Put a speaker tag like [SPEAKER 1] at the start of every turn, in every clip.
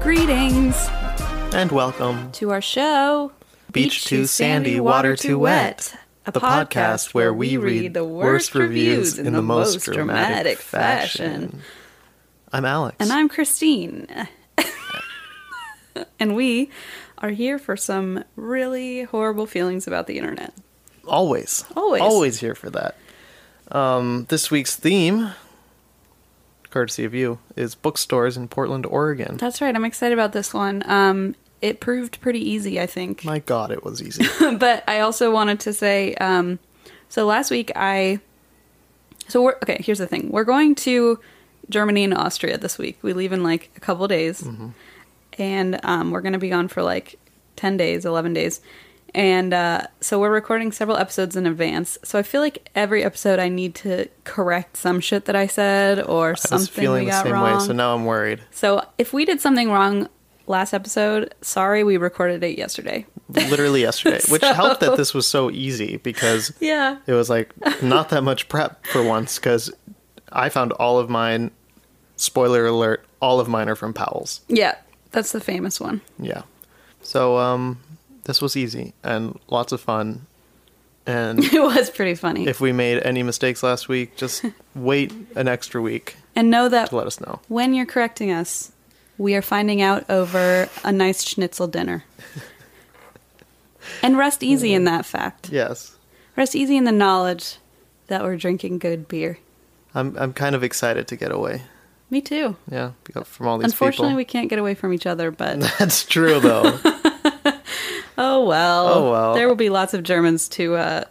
[SPEAKER 1] Greetings
[SPEAKER 2] And welcome.
[SPEAKER 1] to our show,
[SPEAKER 2] Beach Too Sandy, Water Too Wet,
[SPEAKER 1] a
[SPEAKER 2] the podcast where we read the worst reviews in the most dramatic fashion. I'm Alex.
[SPEAKER 1] And I'm Christine. and we are here for some really horrible feelings about the internet.
[SPEAKER 2] always,
[SPEAKER 1] Always.
[SPEAKER 2] always here for that. Um, this week's theme, courtesy of you, is bookstores in Portland, Oregon.
[SPEAKER 1] That's right. I'm excited about this one. Um, it proved pretty easy, I think.
[SPEAKER 2] My God, it was easy.
[SPEAKER 1] but I also wanted to say um, so last week I. So we're. Okay, here's the thing. We're going to Germany and Austria this week. We leave in like a couple days.
[SPEAKER 2] Mm-hmm.
[SPEAKER 1] And um, we're going to be gone for like 10 days, 11 days. And uh, so we're recording several episodes in advance. So I feel like every episode I need to correct some shit that I said or
[SPEAKER 2] I was
[SPEAKER 1] something
[SPEAKER 2] feeling
[SPEAKER 1] we
[SPEAKER 2] the
[SPEAKER 1] got
[SPEAKER 2] same
[SPEAKER 1] wrong.
[SPEAKER 2] way, so now I'm worried.
[SPEAKER 1] so if we did something wrong last episode, sorry, we recorded it yesterday.
[SPEAKER 2] Literally yesterday, which
[SPEAKER 1] So-
[SPEAKER 2] helped that this was so easy because
[SPEAKER 1] Yeah.
[SPEAKER 2] it was like not that much prep for once because I found all of mine. Spoiler alert: all of mine are from Powell's.
[SPEAKER 1] Yeah, that's the famous one.
[SPEAKER 2] Yeah. So um this was easy and lots of fun. And
[SPEAKER 1] It was pretty funny.
[SPEAKER 2] if we made any mistakes last week, just wait an extra week
[SPEAKER 1] and know that
[SPEAKER 2] to let us know.
[SPEAKER 1] when you're correcting us, we are finding out over a nice schnitzel dinner. and rest easy in that fact.
[SPEAKER 2] Yes.
[SPEAKER 1] Rest easy in the knowledge that we're drinking good beer.
[SPEAKER 2] I'm I'm kind of excited to get away.
[SPEAKER 1] Me too.
[SPEAKER 2] Yeah, because- from all these
[SPEAKER 1] Unfortunately, we
[SPEAKER 2] people.
[SPEAKER 1] can't get away from each other, but
[SPEAKER 2] That's true though.
[SPEAKER 1] oh well.
[SPEAKER 2] Oh, well.
[SPEAKER 1] There will be lots of Germans to uh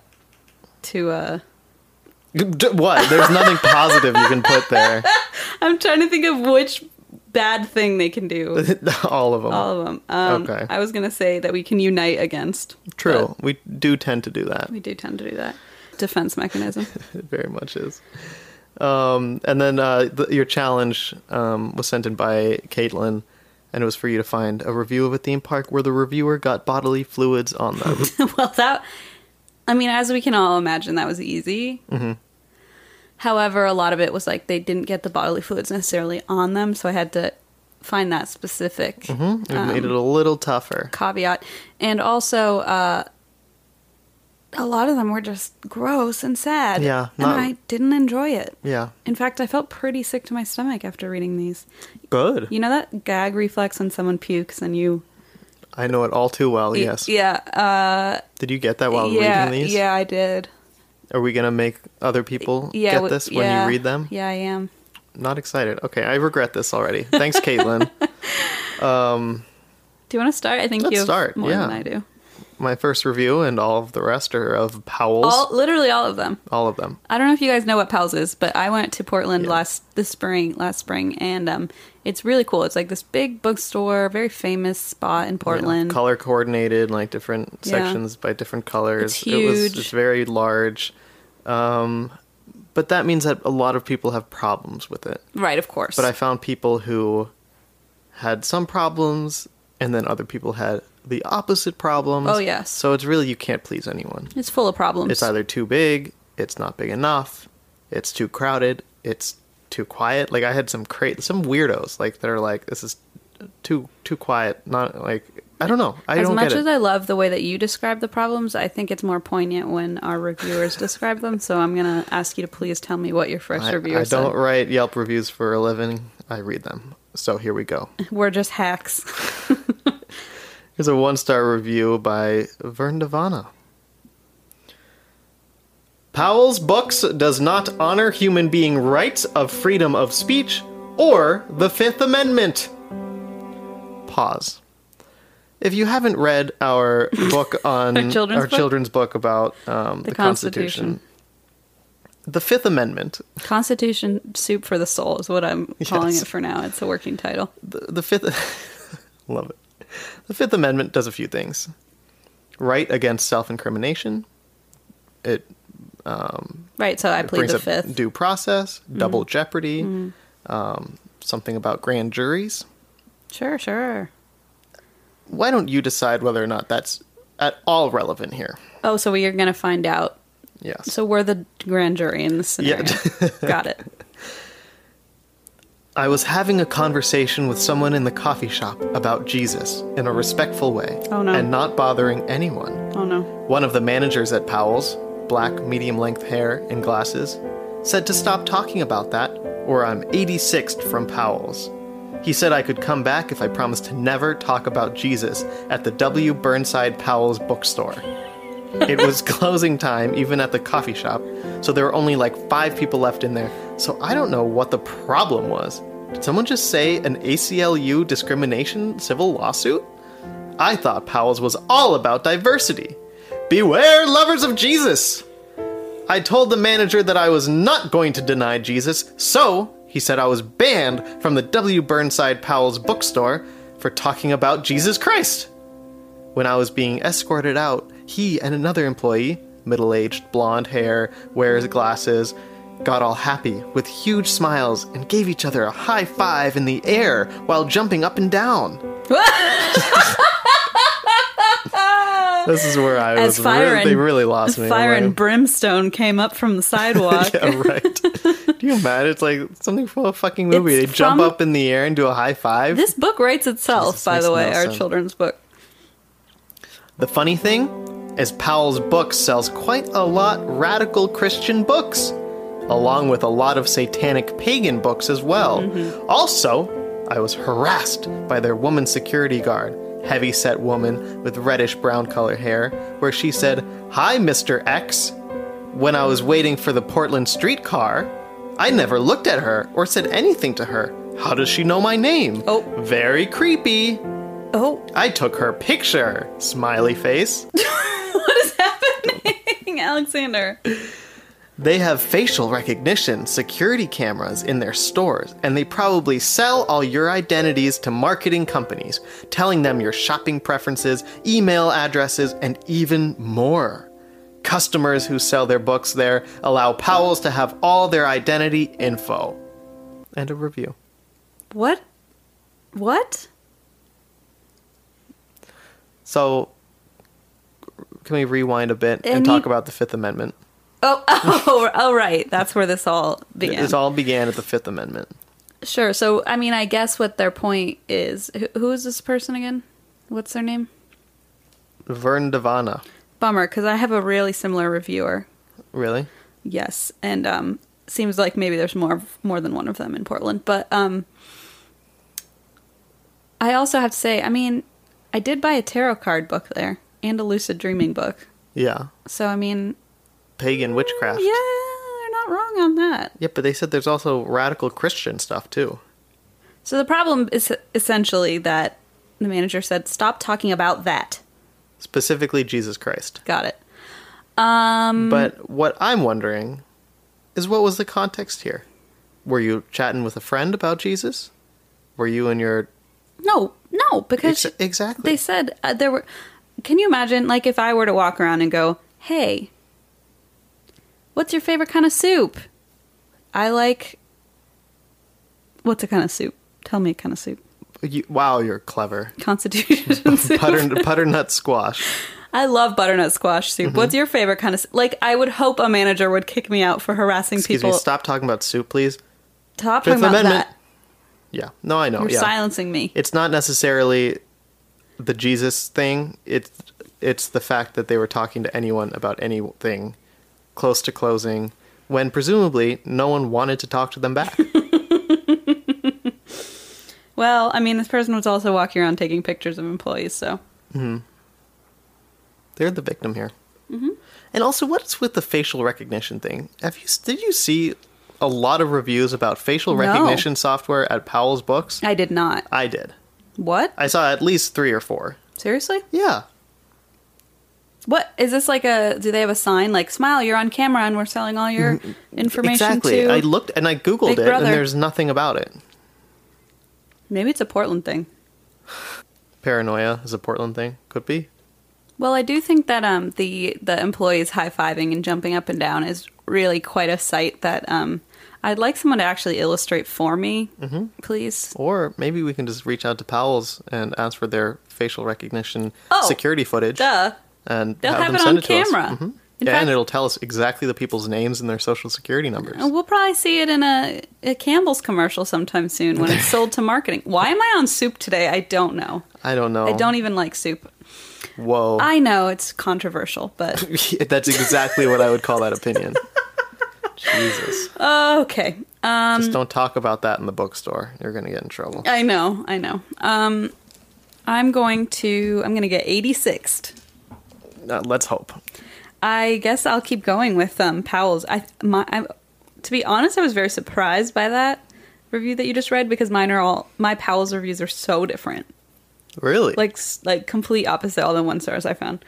[SPEAKER 1] to uh
[SPEAKER 2] D- what? There's nothing positive you can put there.
[SPEAKER 1] I'm trying to think of which bad thing they can do.
[SPEAKER 2] all of them.
[SPEAKER 1] All of them. Um,
[SPEAKER 2] Okay.
[SPEAKER 1] I was gonna say that we can unite against.
[SPEAKER 2] true.
[SPEAKER 1] but
[SPEAKER 2] We do tend to do that.
[SPEAKER 1] We do tend to do that. Defense mechanism.
[SPEAKER 2] It very much is. Um, and then uh, th your challenge um, was sent in by Caitlin, and it was for you to find a review of a theme park where the reviewer got bodily fluids on them.
[SPEAKER 1] well, that. I mean, as we can all imagine, that was easy.
[SPEAKER 2] Mm-hmm.
[SPEAKER 1] However, a lot of it was like they didn't get the bodily fluids necessarily on them, so I had to find that specific
[SPEAKER 2] Mm-hmm. it made it a
[SPEAKER 1] Um,
[SPEAKER 2] little tougher.
[SPEAKER 1] caveat. And also, uh, a lot of them were just gross and sad.
[SPEAKER 2] Yeah, not-
[SPEAKER 1] and I didn't enjoy it.
[SPEAKER 2] Yeah,
[SPEAKER 1] In fact, I felt pretty sick to my stomach after reading these.
[SPEAKER 2] good.
[SPEAKER 1] You know that gag reflex when someone pukes and you.
[SPEAKER 2] I know it all too well. Oh, yes.
[SPEAKER 1] Yeah. Uh,
[SPEAKER 2] Did you get that while
[SPEAKER 1] yeah.
[SPEAKER 2] reading these?
[SPEAKER 1] Yeah, I did.
[SPEAKER 2] Are we gonna make other people
[SPEAKER 1] Yeah.
[SPEAKER 2] get
[SPEAKER 1] w-
[SPEAKER 2] this when
[SPEAKER 1] yeah.
[SPEAKER 2] you read them?
[SPEAKER 1] Yeah, I am.
[SPEAKER 2] Not excited. Okay, I regret this already. Thanks, Caitlin.
[SPEAKER 1] Do you want to start? I think
[SPEAKER 2] Let's
[SPEAKER 1] you have
[SPEAKER 2] start,
[SPEAKER 1] more
[SPEAKER 2] yeah.
[SPEAKER 1] than I do.
[SPEAKER 2] My first review and all of the rest are of Powell's.
[SPEAKER 1] All literally all of them.
[SPEAKER 2] all of them.
[SPEAKER 1] I don't know if you guys know what Pals is, but I went to Portland
[SPEAKER 2] Yeah.
[SPEAKER 1] last this spring, last spring, and um, it's really cool. It's like this big bookstore, very famous spot in
[SPEAKER 2] you know,
[SPEAKER 1] Portland.
[SPEAKER 2] color coordinated, like different
[SPEAKER 1] Yeah.
[SPEAKER 2] sections by different colors.
[SPEAKER 1] It's
[SPEAKER 2] It was
[SPEAKER 1] huge.
[SPEAKER 2] just very large. Um, but that means that a lot of people have problems with it.
[SPEAKER 1] right, of course.
[SPEAKER 2] But I found people who had some problems, and then other people had the opposite problems.
[SPEAKER 1] Oh, yes.
[SPEAKER 2] So it's really you can't please anyone.
[SPEAKER 1] it's full of problems.
[SPEAKER 2] It's either too big, it's not big enough, it's too crowded, it's too quiet. Like I had some cra- some weirdos like that are like this is too too quiet. Not like I don't know. I
[SPEAKER 1] as
[SPEAKER 2] don't
[SPEAKER 1] much
[SPEAKER 2] get it.
[SPEAKER 1] as I love the way that you describe the problems, I think it's more poignant when our reviewers describe them. So I'm gonna ask you to please tell me what your fresh
[SPEAKER 2] I,
[SPEAKER 1] reviewer
[SPEAKER 2] I don't
[SPEAKER 1] said.
[SPEAKER 2] write Yelp reviews for a living. I read them. So here we go.
[SPEAKER 1] We're just hacks.
[SPEAKER 2] Here's a one star review by Vern Devana. Powell's Books does not honor human being rights of freedom of speech or the Fifth Amendment. Pause. If you haven't read our book on
[SPEAKER 1] Our children's book?
[SPEAKER 2] children's book about um, the,
[SPEAKER 1] Constitution.
[SPEAKER 2] Constitution, The Fifth Amendment,
[SPEAKER 1] Constitution Soup for the Soul is what I'm calling
[SPEAKER 2] Yes.
[SPEAKER 1] it for now. It's a working title.
[SPEAKER 2] the, the Fifth, love it. The Fifth Amendment does a few things: right against self-incrimination. It
[SPEAKER 1] Right, so I plead
[SPEAKER 2] brings
[SPEAKER 1] the
[SPEAKER 2] up
[SPEAKER 1] fifth. Mm-hmm.
[SPEAKER 2] due process, double jeopardy, Um, something about grand juries.
[SPEAKER 1] sure, sure.
[SPEAKER 2] Why don't you decide whether or not that's at all relevant here?
[SPEAKER 1] Oh, so we are going to find out.
[SPEAKER 2] Yes.
[SPEAKER 1] So we're the grand jury in this
[SPEAKER 2] Yeah.
[SPEAKER 1] scenario. Got it.
[SPEAKER 2] I was having a conversation with someone in the coffee shop about Jesus in a respectful way
[SPEAKER 1] Oh, no.
[SPEAKER 2] and not bothering anyone.
[SPEAKER 1] Oh, no.
[SPEAKER 2] One of the managers at Powell's, black, medium length hair and glasses, said to stop talking about that or I'm 86th from Powell's. He said I could come back if I promised to never talk about Jesus at the W. Burnside Powell's bookstore. It was closing time, even at the coffee shop, so there were only like five people left in there, so I don't know what the problem was. Did someone just say an ACLU discrimination civil lawsuit? I thought Powell's was all about diversity. Beware, lovers of Jesus! I told the manager that I was not going to deny Jesus, so he said I was banned from the W. Burnside Powell's bookstore for talking about Jesus Christ. When I was being escorted out, he and another employee, middle aged, blonde hair, wears glasses, got all happy with huge smiles and gave each other a high five in the air while jumping up and down. this is where I was.
[SPEAKER 1] As fire
[SPEAKER 2] really-
[SPEAKER 1] and,
[SPEAKER 2] they really lost me.
[SPEAKER 1] Fire
[SPEAKER 2] I'm
[SPEAKER 1] and
[SPEAKER 2] like,
[SPEAKER 1] brimstone came up from the sidewalk.
[SPEAKER 2] yeah, right. Do you imagine? It's like something from a fucking movie.
[SPEAKER 1] It's
[SPEAKER 2] they jump
[SPEAKER 1] from-
[SPEAKER 2] up in the air and do a high five.
[SPEAKER 1] This book writes itself,
[SPEAKER 2] Jesus,
[SPEAKER 1] by the
[SPEAKER 2] makes
[SPEAKER 1] way,
[SPEAKER 2] no
[SPEAKER 1] our
[SPEAKER 2] sense.
[SPEAKER 1] children's book.
[SPEAKER 2] The funny thing is, Powell's Books sells quite a lot radical Christian books, along with a lot of satanic pagan books as well. Also, I was harassed by their woman security guard, heavy set woman with reddish brown color hair, where she said, Hi, Mr. X. When I was waiting for the Portland streetcar, I never looked at her or said anything to her. How does she know my name?
[SPEAKER 1] Oh.
[SPEAKER 2] Very creepy.
[SPEAKER 1] Oh,
[SPEAKER 2] I took her picture. Smiley face.
[SPEAKER 1] what is happening, Alexander?
[SPEAKER 2] They have facial recognition, security cameras in their stores, and they probably sell all your identities to marketing companies, telling them your shopping preferences, email addresses, and even more. Customers who sell their books there allow Powell's to have all their identity info. And a review.
[SPEAKER 1] What? What?
[SPEAKER 2] So, can we rewind a bit and
[SPEAKER 1] Any-
[SPEAKER 2] talk about the Fifth Amendment?
[SPEAKER 1] Oh, oh, oh, right. That's where this all began.
[SPEAKER 2] It all began at the Fifth Amendment.
[SPEAKER 1] Sure. So, I mean, I guess what their point is who, who is this person again? What's their name?
[SPEAKER 2] Vern Devana.
[SPEAKER 1] Bummer, because I have a really similar reviewer.
[SPEAKER 2] Really?
[SPEAKER 1] Yes, and um, seems like maybe there's more more than one of them in Portland. But um, I also have to say, I mean, I did buy a tarot card book there and a lucid dreaming book.
[SPEAKER 2] Yeah.
[SPEAKER 1] So, I mean,
[SPEAKER 2] Pagan witchcraft.
[SPEAKER 1] yeah, they're not wrong on that.
[SPEAKER 2] Yeah, but they said there's also radical Christian stuff too.
[SPEAKER 1] So the problem is essentially that the manager said, "Stop talking about that."
[SPEAKER 2] Specifically Jesus Christ.
[SPEAKER 1] Got it. Um, Mm-hmm.
[SPEAKER 2] But what I'm wondering is what was the context here? Were you chatting with a friend about Jesus? Were you in your
[SPEAKER 1] No, no, because
[SPEAKER 2] Ex- exactly.
[SPEAKER 1] they said uh, there were. Can you imagine, like, if I were to walk around and go, "Hey, what's your favorite kind of soup?" I like. What's a kind of soup? Tell me a kind of soup.
[SPEAKER 2] you, wow, you're clever.
[SPEAKER 1] Constitution soup.
[SPEAKER 2] Butter, butternut squash.
[SPEAKER 1] I love butternut squash soup.
[SPEAKER 2] Mm-hmm.
[SPEAKER 1] What's your favorite kind of s- like? I would hope a manager would kick me out for harassing
[SPEAKER 2] Excuse
[SPEAKER 1] people.
[SPEAKER 2] me. Stop talking about soup, please.
[SPEAKER 1] Stop talking
[SPEAKER 2] Fifth
[SPEAKER 1] about
[SPEAKER 2] Amendment.
[SPEAKER 1] that.
[SPEAKER 2] Yeah. No, I know.
[SPEAKER 1] You're
[SPEAKER 2] yeah.
[SPEAKER 1] silencing me.
[SPEAKER 2] It's not necessarily the Jesus thing. It's it's the fact that they were talking to anyone about anything close to closing when presumably no one wanted to talk to them back.
[SPEAKER 1] Well, I mean, this person was also walking around taking pictures of employees, so
[SPEAKER 2] They're the victim here.
[SPEAKER 1] Mm-hmm.
[SPEAKER 2] And also, what's with the facial recognition thing? Have you did you see a lot of reviews about facial
[SPEAKER 1] No.
[SPEAKER 2] recognition software at Powell's Books?
[SPEAKER 1] I did not.
[SPEAKER 2] I did.
[SPEAKER 1] What?
[SPEAKER 2] I saw at least three or four.
[SPEAKER 1] Seriously?
[SPEAKER 2] Yeah.
[SPEAKER 1] What is this like a? Do they have a sign like "Smile, you're on camera, and we're selling all your information"?
[SPEAKER 2] Mm-hmm. exactly.
[SPEAKER 1] To...
[SPEAKER 2] I looked and I googled
[SPEAKER 1] Big
[SPEAKER 2] it,
[SPEAKER 1] Brother.
[SPEAKER 2] and there's nothing about it.
[SPEAKER 1] Maybe it's a Portland thing.
[SPEAKER 2] Paranoia is a Portland thing. Could be.
[SPEAKER 1] Well, I do think that um, the the employees high fiving and jumping up and down is really quite a sight that um, I'd like someone to actually illustrate for me, please.
[SPEAKER 2] Or maybe we can just reach out to Powell's and ask for their facial recognition
[SPEAKER 1] Oh,
[SPEAKER 2] security footage,
[SPEAKER 1] Duh,
[SPEAKER 2] and
[SPEAKER 1] they'll have,
[SPEAKER 2] them
[SPEAKER 1] it
[SPEAKER 2] send
[SPEAKER 1] on
[SPEAKER 2] it to us.
[SPEAKER 1] camera. In
[SPEAKER 2] yeah,
[SPEAKER 1] fact,
[SPEAKER 2] and it'll tell us exactly the people's names and their social security numbers.
[SPEAKER 1] we'll probably see it in a, a Campbell's commercial sometime soon when it's sold to marketing. Why am I on soup today? I don't know.
[SPEAKER 2] I don't know.
[SPEAKER 1] I don't even like soup.
[SPEAKER 2] Whoa.
[SPEAKER 1] I know it's controversial, but
[SPEAKER 2] That's exactly what I would call that opinion. Jesus.
[SPEAKER 1] okay. Um,
[SPEAKER 2] Just don't talk about that in the bookstore. You're going to get in trouble.
[SPEAKER 1] I know, I know. Um, I'm going to. I'm going to get 86th.
[SPEAKER 2] Uh, let's hope.
[SPEAKER 1] I guess I'll keep going with um, Powell's. I my I, to be honest, I was very surprised by that review that you just read because mine are all my Powell's reviews are so different,
[SPEAKER 2] Really?
[SPEAKER 1] like s- like complete opposite all the one stars I found.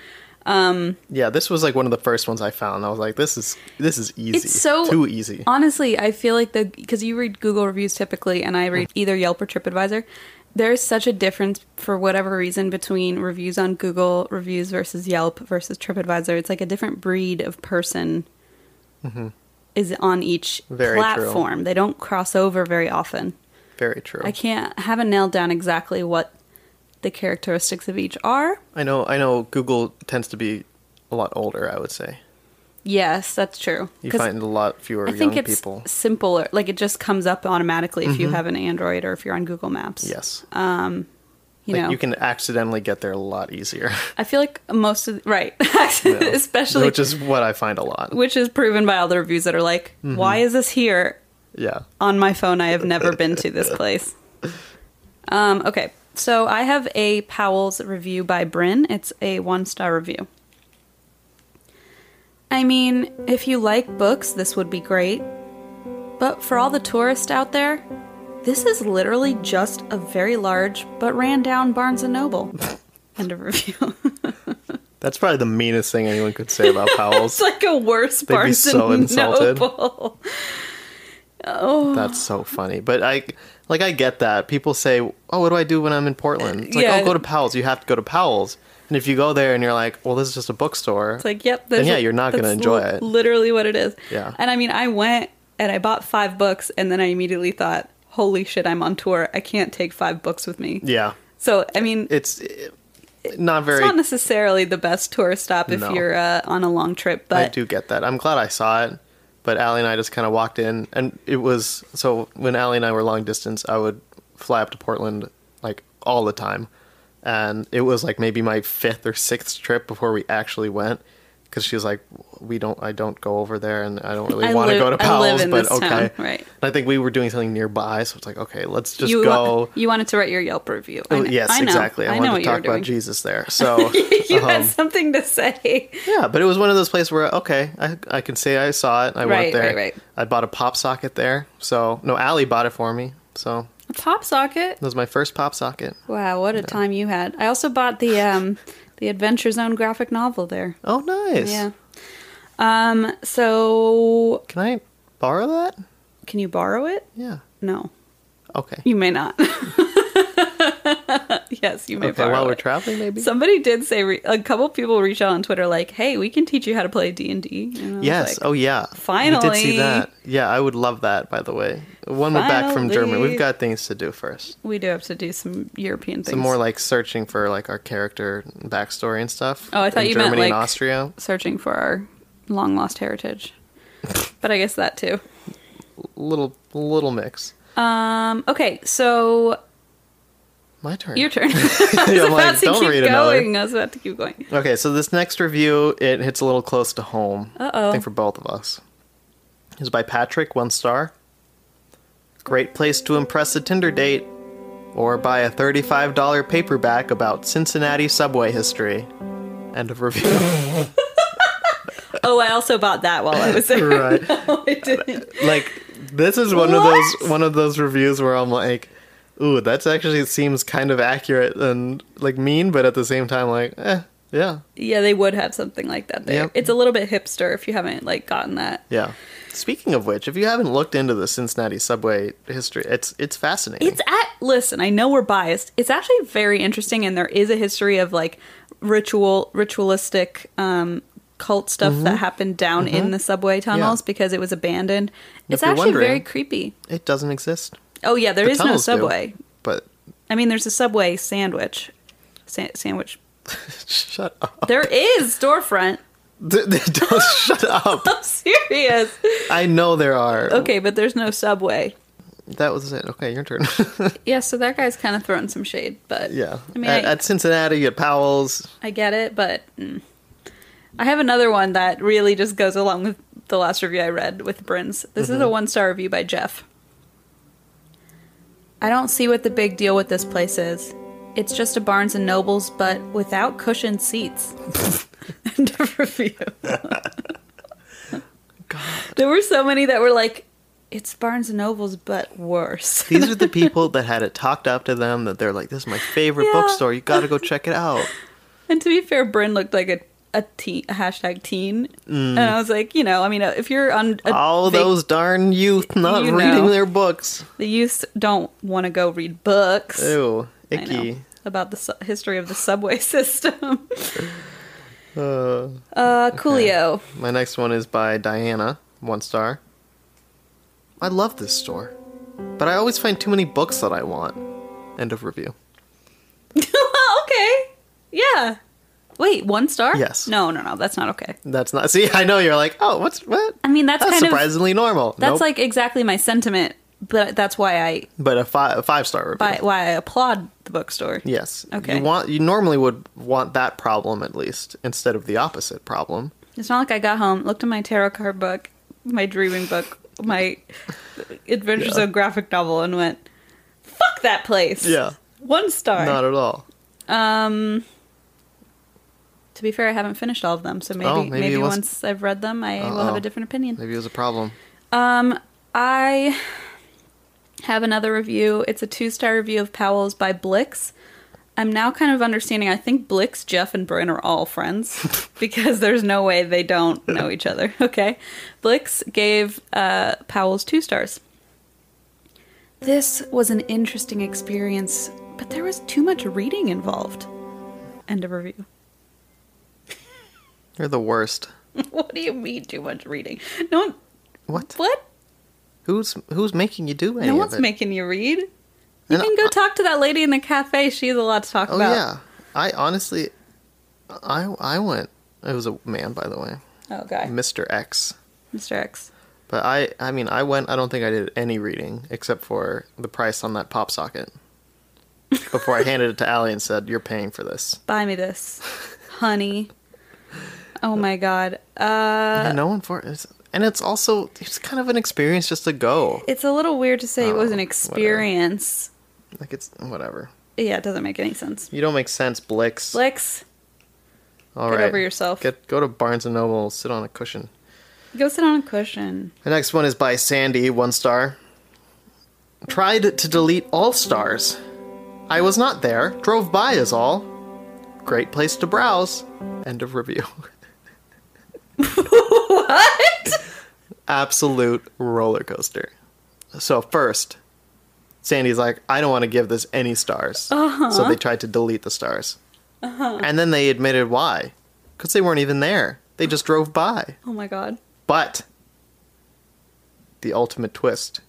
[SPEAKER 2] yeah, this was like one of the first ones I found. I was like, this is this is easy.
[SPEAKER 1] It's so
[SPEAKER 2] too easy.
[SPEAKER 1] Honestly, I feel like the because you read Google reviews typically, and I
[SPEAKER 2] Mm.
[SPEAKER 1] read either Yelp or TripAdvisor. There's such a difference for whatever reason between reviews on Google reviews versus Yelp versus TripAdvisor. It's like a different breed of person is on each
[SPEAKER 2] Mm-hmm. Very true.
[SPEAKER 1] platform. They don't cross over very often.
[SPEAKER 2] Very true.
[SPEAKER 1] I
[SPEAKER 2] I,
[SPEAKER 1] can't I haven't nailed down exactly what the characteristics of each are.
[SPEAKER 2] know I know Google tends to be a lot older, I would say.
[SPEAKER 1] Yes, that's true.
[SPEAKER 2] You
[SPEAKER 1] 'Cause
[SPEAKER 2] find a lot fewer
[SPEAKER 1] I
[SPEAKER 2] young
[SPEAKER 1] think it's
[SPEAKER 2] people. Mm-hmm.
[SPEAKER 1] simpler. Like it just comes up automatically if you have an Android or if you're on Google Maps.
[SPEAKER 2] Yes.
[SPEAKER 1] uh, you
[SPEAKER 2] like
[SPEAKER 1] know.
[SPEAKER 2] you can accidentally get there a lot easier.
[SPEAKER 1] I feel like most of right, especially
[SPEAKER 2] which is what I find a lot.
[SPEAKER 1] proven by all the reviews that are like,
[SPEAKER 2] Mm-hmm.
[SPEAKER 1] why is this here
[SPEAKER 2] Yeah.
[SPEAKER 1] on my phone? I have never been to this place. Um, okay, so I have a Powell's review by Bryn. It's a one star review. I mean, if you like books, this would be great. But for all the tourists out there, this is literally just a very large but ran down Barnes and Noble. End of review.
[SPEAKER 2] That's probably the meanest thing anyone could say about Powell's.
[SPEAKER 1] It's like a worse
[SPEAKER 2] be
[SPEAKER 1] Barnes
[SPEAKER 2] so
[SPEAKER 1] and
[SPEAKER 2] insulted.
[SPEAKER 1] Noble.
[SPEAKER 2] That's so funny. But I like I get that. People say, "Oh, what do I do when I'm in Portland?" It's like,
[SPEAKER 1] yeah.
[SPEAKER 2] "Oh, go to Powell's." You have to go to Powell's. And if you go there and you're like, "Well, this is just a bookstore."
[SPEAKER 1] It's like, yep.
[SPEAKER 2] Then
[SPEAKER 1] there's
[SPEAKER 2] yeah,
[SPEAKER 1] a-
[SPEAKER 2] you're not gonna
[SPEAKER 1] that's
[SPEAKER 2] enjoy
[SPEAKER 1] li-
[SPEAKER 2] it.
[SPEAKER 1] Literally what it is.
[SPEAKER 2] Yeah.
[SPEAKER 1] And I mean, I went and I bought five books, and then I immediately thought, "Holy shit, I'm on tour. I can't take five books with me."
[SPEAKER 2] yeah.
[SPEAKER 1] So I mean, it's
[SPEAKER 2] It's eh, not very
[SPEAKER 1] not necessarily the best tour stop if
[SPEAKER 2] No.
[SPEAKER 1] you're uh, on a long trip,
[SPEAKER 2] I
[SPEAKER 1] but
[SPEAKER 2] do get that. I'm glad I saw it, but Allie and I just kind of walked in, and it was so when Allie and I were long distance, I would fly up to Portland like all the time, and it was like maybe my fifth or sixth trip before we actually went, because she was like, "We don't, I don't go over there, and I don't
[SPEAKER 1] I
[SPEAKER 2] really want to
[SPEAKER 1] live-
[SPEAKER 2] go to
[SPEAKER 1] I live
[SPEAKER 2] Powell's,
[SPEAKER 1] in
[SPEAKER 2] but
[SPEAKER 1] this
[SPEAKER 2] okay."
[SPEAKER 1] town, right.
[SPEAKER 2] And I think we were doing something nearby, so it's like, okay, let's just
[SPEAKER 1] you
[SPEAKER 2] go.
[SPEAKER 1] wa- you wanted to write your Yelp review. I
[SPEAKER 2] Oh,
[SPEAKER 1] kn-
[SPEAKER 2] yes,
[SPEAKER 1] I know.
[SPEAKER 2] exactly. I,
[SPEAKER 1] I, know
[SPEAKER 2] wanted
[SPEAKER 1] what
[SPEAKER 2] to
[SPEAKER 1] you were
[SPEAKER 2] talk about
[SPEAKER 1] doing.
[SPEAKER 2] Jesus there. So um,
[SPEAKER 1] you had something to say.
[SPEAKER 2] yeah, but it was one of those places where okay, I I can say I saw it. I
[SPEAKER 1] Right,
[SPEAKER 2] went there.
[SPEAKER 1] right, right.
[SPEAKER 2] I bought a pop socket there. So no, Allie bought it for me. So
[SPEAKER 1] A pop socket.
[SPEAKER 2] that was my first pop socket.
[SPEAKER 1] Wow, what a time you had! I also bought the um, the Adventure Zone graphic novel there.
[SPEAKER 2] Oh, nice.
[SPEAKER 1] Yeah. Um. So,
[SPEAKER 2] Can I borrow that?
[SPEAKER 1] can you borrow it?
[SPEAKER 2] Yeah.
[SPEAKER 1] No,
[SPEAKER 2] Okay.
[SPEAKER 1] you may not. yes, you may
[SPEAKER 2] Okay.
[SPEAKER 1] borrow
[SPEAKER 2] While we're
[SPEAKER 1] it.
[SPEAKER 2] traveling, maybe.
[SPEAKER 1] Somebody did say re- a couple people reached out on Twitter like, "Hey, we can teach you how to play D and D."
[SPEAKER 2] yes. oh, yeah. We did
[SPEAKER 1] finally.
[SPEAKER 2] see that. Yeah, I would love that. By the way, when we're back from Germany,
[SPEAKER 1] Finally.
[SPEAKER 2] we've got things to do first.
[SPEAKER 1] we do have to do some European things.
[SPEAKER 2] Some more like searching for like our character backstory and stuff.
[SPEAKER 1] Oh, I thought
[SPEAKER 2] in
[SPEAKER 1] you meant,
[SPEAKER 2] Germany and
[SPEAKER 1] like-
[SPEAKER 2] Austria.
[SPEAKER 1] searching for our long lost heritage, but I guess that too.
[SPEAKER 2] Little little mix.
[SPEAKER 1] Um. Okay, so
[SPEAKER 2] My turn.
[SPEAKER 1] your turn. I was
[SPEAKER 2] Yeah, I'm
[SPEAKER 1] about
[SPEAKER 2] like,
[SPEAKER 1] to
[SPEAKER 2] don't
[SPEAKER 1] keep
[SPEAKER 2] read another.
[SPEAKER 1] going. I was about to keep going.
[SPEAKER 2] Okay, so this next review it hits a little close to home.
[SPEAKER 1] Uh-oh.
[SPEAKER 2] I think for both of us. It's by Patrick, one star. Great place to impress a Tinder date, or buy a thirty-five dollar paperback about Cincinnati subway history. End of review.
[SPEAKER 1] Oh, I also bought that while I was there.
[SPEAKER 2] Right.
[SPEAKER 1] No, I didn't.
[SPEAKER 2] like this is one of those one of those reviews where I'm like, ooh, that's actually seems kind of accurate and like mean, but at the same time like, eh, Yeah.
[SPEAKER 1] Yeah, they would have something like that there.
[SPEAKER 2] Yep.
[SPEAKER 1] It's a little bit hipster if you haven't like gotten that.
[SPEAKER 2] Yeah. Speaking of which, if you haven't looked into the Cincinnati subway history, it's it's fascinating.
[SPEAKER 1] It's at listen, I know we're biased. It's actually very interesting and there is a history of like ritual ritualistic um cult stuff that happened down in the subway tunnels
[SPEAKER 2] Mm-hmm. Yeah.
[SPEAKER 1] because it was abandoned. It's
[SPEAKER 2] if you're
[SPEAKER 1] actually very
[SPEAKER 2] wondering-
[SPEAKER 1] creepy.
[SPEAKER 2] it doesn't exist.
[SPEAKER 1] Oh yeah, there
[SPEAKER 2] The
[SPEAKER 1] is no
[SPEAKER 2] tunnels do,
[SPEAKER 1] subway.
[SPEAKER 2] but
[SPEAKER 1] I mean, there's a subway sandwich. Sa- sandwich.
[SPEAKER 2] shut up.
[SPEAKER 1] There is storefront.
[SPEAKER 2] Th- th- Don't shut up.
[SPEAKER 1] I'm serious.
[SPEAKER 2] I know there are.
[SPEAKER 1] Okay, but there's no subway.
[SPEAKER 2] That was it. Okay, your turn.
[SPEAKER 1] Yeah, so that guy's kind of throwing some shade, but
[SPEAKER 2] yeah.
[SPEAKER 1] I mean,
[SPEAKER 2] at,
[SPEAKER 1] I,
[SPEAKER 2] at Cincinnati, at Powell's.
[SPEAKER 1] I get it, but mm. I have another one that really just goes along with the last review I read with Brins. This is a one star review by Jeff. I don't see what the big deal with this place is. It's just a Barnes and Nobles, but without cushioned seats. End of review.
[SPEAKER 2] God.
[SPEAKER 1] There were so many that were like, "It's Barnes and Nobles, but worse."
[SPEAKER 2] These are the people that had it talked up to them that they're like, this is my favorite
[SPEAKER 1] Yeah.
[SPEAKER 2] bookstore. You got to go check it out.
[SPEAKER 1] And to be fair, Bryn looked like a a, teen, a hashtag teen, and I was like, you know, I mean, uh, if you're on a
[SPEAKER 2] Mm. All
[SPEAKER 1] vac-
[SPEAKER 2] those darn youth not
[SPEAKER 1] You
[SPEAKER 2] reading
[SPEAKER 1] know.
[SPEAKER 2] their books.
[SPEAKER 1] the youth don't want to go read books.
[SPEAKER 2] Ew,
[SPEAKER 1] I know,
[SPEAKER 2] Oh, icky.
[SPEAKER 1] about the su- history of the subway system.
[SPEAKER 2] Uh,
[SPEAKER 1] Uh, Coolio.
[SPEAKER 2] my next one is by Diana, one star. I love this store, but I always find too many books that I want. End of review.
[SPEAKER 1] okay, yeah. Wait, one star?
[SPEAKER 2] Yes.
[SPEAKER 1] No, no, no, that's not okay.
[SPEAKER 2] That's not. See, I know you're like, oh, what's what?
[SPEAKER 1] I mean, that's,
[SPEAKER 2] That's
[SPEAKER 1] kind of
[SPEAKER 2] surprisingly normal.
[SPEAKER 1] that's
[SPEAKER 2] Nope.
[SPEAKER 1] like exactly my sentiment, but that's why I
[SPEAKER 2] but a, fi- a five star review.
[SPEAKER 1] by, why I applaud the bookstore.
[SPEAKER 2] Yes.
[SPEAKER 1] Okay.
[SPEAKER 2] You want you normally would want that problem at least instead of the opposite problem.
[SPEAKER 1] It's not like I got home, looked at my tarot card book, my dreaming book, my Adventures
[SPEAKER 2] Yeah.
[SPEAKER 1] of Graphic Novel, and went, "Fuck that place."
[SPEAKER 2] Yeah.
[SPEAKER 1] one star.
[SPEAKER 2] Not at all.
[SPEAKER 1] um, to be fair, I haven't finished all of them, so maybe
[SPEAKER 2] Oh, maybe
[SPEAKER 1] maybe,
[SPEAKER 2] it was-
[SPEAKER 1] once I've read them, I will have
[SPEAKER 2] Uh-oh.
[SPEAKER 1] a different opinion.
[SPEAKER 2] Maybe it was a problem.
[SPEAKER 1] Um, I have another review. It's a two star review of Powell's by Blix. I'm now kind of understanding. I think Blix, Jeff, and Bryn are all friends because there's no way they don't know each other. Okay. Blix gave uh, Powell's two stars. This was an interesting experience, but there was too much reading involved. End of review.
[SPEAKER 2] You're the worst.
[SPEAKER 1] what do you mean, too much reading? No one,
[SPEAKER 2] What?
[SPEAKER 1] what?
[SPEAKER 2] Who's who's making you do any
[SPEAKER 1] No
[SPEAKER 2] of
[SPEAKER 1] one's
[SPEAKER 2] it?
[SPEAKER 1] making you read. You
[SPEAKER 2] And
[SPEAKER 1] can go
[SPEAKER 2] I-
[SPEAKER 1] talk to that lady in the cafe. She has a lot to talk
[SPEAKER 2] Oh
[SPEAKER 1] about.
[SPEAKER 2] yeah. I honestly I I went it was a man by the way.
[SPEAKER 1] Oh, guy.
[SPEAKER 2] Mr. X.
[SPEAKER 1] Mr. X.
[SPEAKER 2] But I I mean I went I don't think I did any reading except for the price on that pop socket. Before I handed it to Allie and said, You're paying for this.
[SPEAKER 1] Buy me this. Honey. Oh my god. Uh
[SPEAKER 2] yeah, no one for it. And it's also it's kind of an experience just to go.
[SPEAKER 1] it's a little weird to say it was an
[SPEAKER 2] Oh, whatever.
[SPEAKER 1] experience.
[SPEAKER 2] Like it's whatever.
[SPEAKER 1] Yeah, it doesn't make any sense.
[SPEAKER 2] You don't make sense, Blix.
[SPEAKER 1] Blix,
[SPEAKER 2] All
[SPEAKER 1] get
[SPEAKER 2] right.
[SPEAKER 1] over yourself.
[SPEAKER 2] Get go to Barnes and Noble, sit on a cushion.
[SPEAKER 1] Go sit on a cushion.
[SPEAKER 2] The next one is by Sandy, one star. Tried to delete all stars. I was not there. Drove by is all. Great place to browse. End of review.
[SPEAKER 1] What?
[SPEAKER 2] Absolute roller coaster. So first, Sandy's like, I don't want to give this any stars. So they tried to delete the stars. And then they admitted why. Because they weren't even there. They just drove by.
[SPEAKER 1] oh my god.
[SPEAKER 2] But the ultimate twist.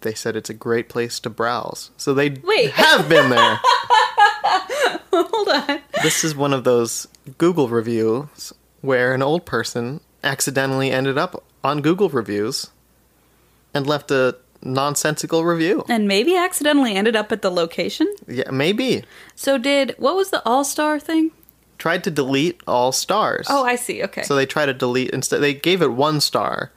[SPEAKER 2] They said it's a great place to browse. So they
[SPEAKER 1] Wait.
[SPEAKER 2] have been there.
[SPEAKER 1] Hold on.
[SPEAKER 2] this is one of those Google reviews where an old person accidentally ended up on Google reviews and left a nonsensical review.
[SPEAKER 1] And maybe accidentally ended up at the location.
[SPEAKER 2] Yeah, maybe.
[SPEAKER 1] So did what was the all star thing?
[SPEAKER 2] Tried to delete all stars.
[SPEAKER 1] Oh, I see. Okay.
[SPEAKER 2] So they try to delete instead. They gave it one star,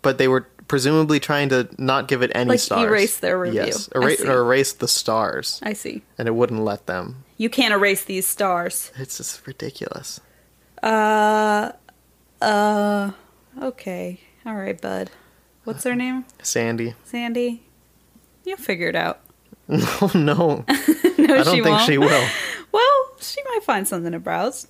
[SPEAKER 2] but they were presumably trying to not give it any
[SPEAKER 1] Like,
[SPEAKER 2] stars.
[SPEAKER 1] erase their review.
[SPEAKER 2] Yes,
[SPEAKER 1] I
[SPEAKER 2] erase
[SPEAKER 1] see.
[SPEAKER 2] or erase the stars,
[SPEAKER 1] I see.
[SPEAKER 2] and it wouldn't let them.
[SPEAKER 1] You can't erase these stars.
[SPEAKER 2] It's just ridiculous.
[SPEAKER 1] Uh, uh, okay. All right, bud. What's her name?
[SPEAKER 2] Sandy.
[SPEAKER 1] Sandy? You'll figure it out.
[SPEAKER 2] Oh
[SPEAKER 1] No,
[SPEAKER 2] no, I don't think she will.
[SPEAKER 1] Well, she might find something to browse.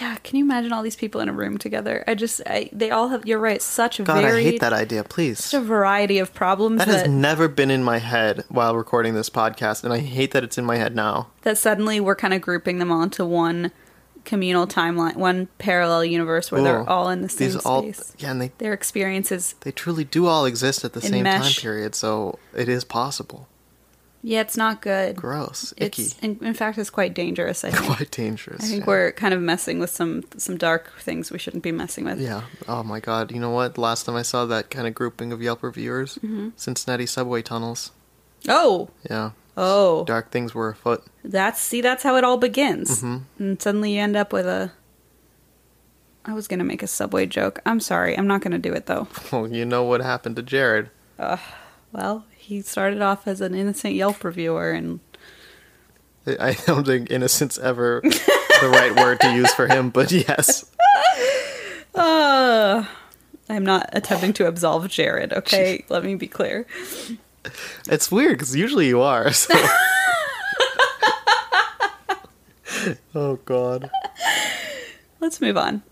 [SPEAKER 1] Yeah, can you imagine all these people in a room together? I just, I, they all have. You're right. Such
[SPEAKER 2] God, I
[SPEAKER 1] varied-
[SPEAKER 2] hate that idea. Please.
[SPEAKER 1] such a variety of problems
[SPEAKER 2] That
[SPEAKER 1] that,
[SPEAKER 2] has
[SPEAKER 1] that,
[SPEAKER 2] never been in my head while recording this podcast, and I hate that it's in my head now.
[SPEAKER 1] suddenly we're kind of grouping them all into one communal timeline, one parallel universe where
[SPEAKER 2] Ugh.
[SPEAKER 1] they're all in the same
[SPEAKER 2] Oh, These all,
[SPEAKER 1] space.
[SPEAKER 2] yeah, and they
[SPEAKER 1] Their experiences,
[SPEAKER 2] they truly do all exist at the same
[SPEAKER 1] Enmesh.
[SPEAKER 2] time period, so it is possible.
[SPEAKER 1] yeah, it's not good.
[SPEAKER 2] Gross, icky,
[SPEAKER 1] It's in, in fact, it's quite dangerous. I think.
[SPEAKER 2] quite dangerous.
[SPEAKER 1] I think
[SPEAKER 2] yeah.
[SPEAKER 1] we're kind of messing with some some dark things we shouldn't be messing with.
[SPEAKER 2] Yeah. Oh my God. You know what? Last time I saw that kind of grouping of Yelp reviewers,
[SPEAKER 1] Mm-hmm.
[SPEAKER 2] Cincinnati subway tunnels.
[SPEAKER 1] Oh,
[SPEAKER 2] Yeah.
[SPEAKER 1] oh,
[SPEAKER 2] Dark things were afoot.
[SPEAKER 1] that's see, that's how it all begins,
[SPEAKER 2] Mm-hmm.
[SPEAKER 1] and suddenly you end up with a. I was gonna make a subway joke. I'm sorry. I'm not gonna do it though.
[SPEAKER 2] Well, you know what happened to Jared.
[SPEAKER 1] Well, he started off as an innocent Yelp reviewer, and
[SPEAKER 2] I- I don't think innocence ever the right word to use for him, but yes.
[SPEAKER 1] uh, I'm not attempting to absolve Jared. Okay, let me be clear.
[SPEAKER 2] It's weird because usually you are. So. oh God.
[SPEAKER 1] Let's move on.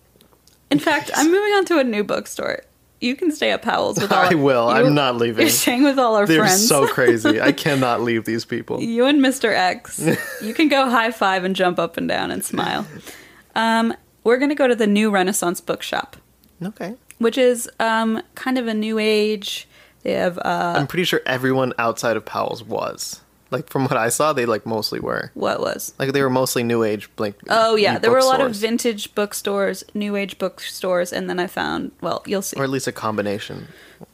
[SPEAKER 1] In fact, I'm moving on to a new bookstore. You can stay at Powell's with all.
[SPEAKER 2] I will.
[SPEAKER 1] Uh, you-
[SPEAKER 2] I'm not leaving.
[SPEAKER 1] You're staying with all our
[SPEAKER 2] They're
[SPEAKER 1] friends.
[SPEAKER 2] so crazy. I cannot leave these people.
[SPEAKER 1] you and Mr. X, you can go high five and jump up and down and smile. Um, we're going to go to the new Renaissance bookshop,
[SPEAKER 2] Okay.
[SPEAKER 1] which is um, kind of a new age. They have uh,
[SPEAKER 2] I'm pretty sure everyone outside of Powell's was. Like from what I saw, they like mostly were.
[SPEAKER 1] what was?
[SPEAKER 2] Like they were mostly new age. Like
[SPEAKER 1] Oh yeah, there were a lot of
[SPEAKER 2] bookstores.
[SPEAKER 1] vintage bookstores, new age bookstores, and then I found well, you'll see.
[SPEAKER 2] or at least a combination.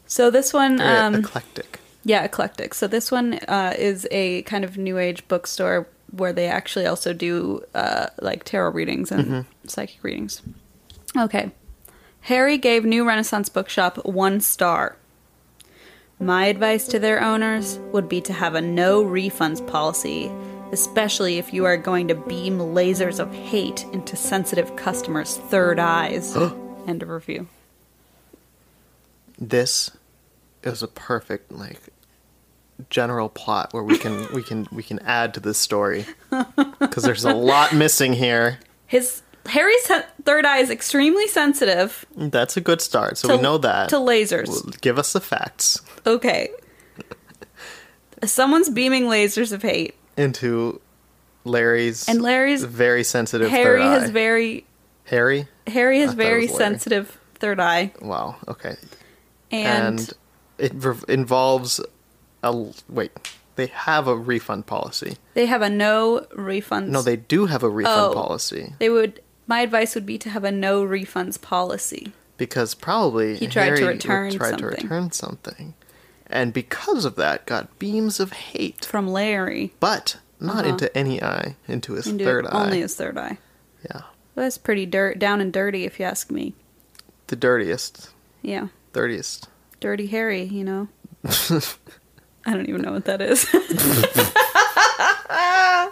[SPEAKER 1] So this one,
[SPEAKER 2] Very
[SPEAKER 1] um,
[SPEAKER 2] eclectic.
[SPEAKER 1] yeah, eclectic. So this one uh, is a kind of new age bookstore where they actually also do uh, like tarot readings and psychic readings. Okay, Harry gave New Renaissance Bookshop one star. My advice to their owners would be to have a no refunds policy, especially if you are going to beam lasers of hate into sensitive customers' third eyes. End of review.
[SPEAKER 2] This is a perfect like general plot where we can we can we can add to this story because there's a lot missing here.
[SPEAKER 1] His Harry's he- third eye is extremely sensitive.
[SPEAKER 2] That's a good start. So we know that.
[SPEAKER 1] to lasers.
[SPEAKER 2] Well, Give us the facts
[SPEAKER 1] Okay. Someone's beaming lasers of hate,
[SPEAKER 2] into Larry's
[SPEAKER 1] and Larry's
[SPEAKER 2] very sensitive
[SPEAKER 1] Harry
[SPEAKER 2] third eye.
[SPEAKER 1] has very
[SPEAKER 2] Harry.
[SPEAKER 1] Harry has
[SPEAKER 2] thought it
[SPEAKER 1] very
[SPEAKER 2] was Larry.
[SPEAKER 1] sensitive third eye,
[SPEAKER 2] Wow. Okay.
[SPEAKER 1] and,
[SPEAKER 2] And, it re- involves a l- wait. They have a refund policy.
[SPEAKER 1] they have a no refunds.
[SPEAKER 2] No, they do have a refund
[SPEAKER 1] Oh.
[SPEAKER 2] policy
[SPEAKER 1] They would. My advice would be to have a no refunds policy.
[SPEAKER 2] because probably
[SPEAKER 1] He tried to
[SPEAKER 2] Harry re-
[SPEAKER 1] return
[SPEAKER 2] tried to
[SPEAKER 1] something.
[SPEAKER 2] return something, and because of that, got beams of hate,
[SPEAKER 1] from Larry
[SPEAKER 2] but not into any eye, into his
[SPEAKER 1] Uh-huh. into
[SPEAKER 2] third eye.
[SPEAKER 1] only his third eye.
[SPEAKER 2] yeah,
[SPEAKER 1] That's pretty dirt down and dirty, if you ask me.
[SPEAKER 2] the dirtiest,
[SPEAKER 1] Yeah,
[SPEAKER 2] dirtiest.
[SPEAKER 1] dirty Harry. You know. I don't even know what that is.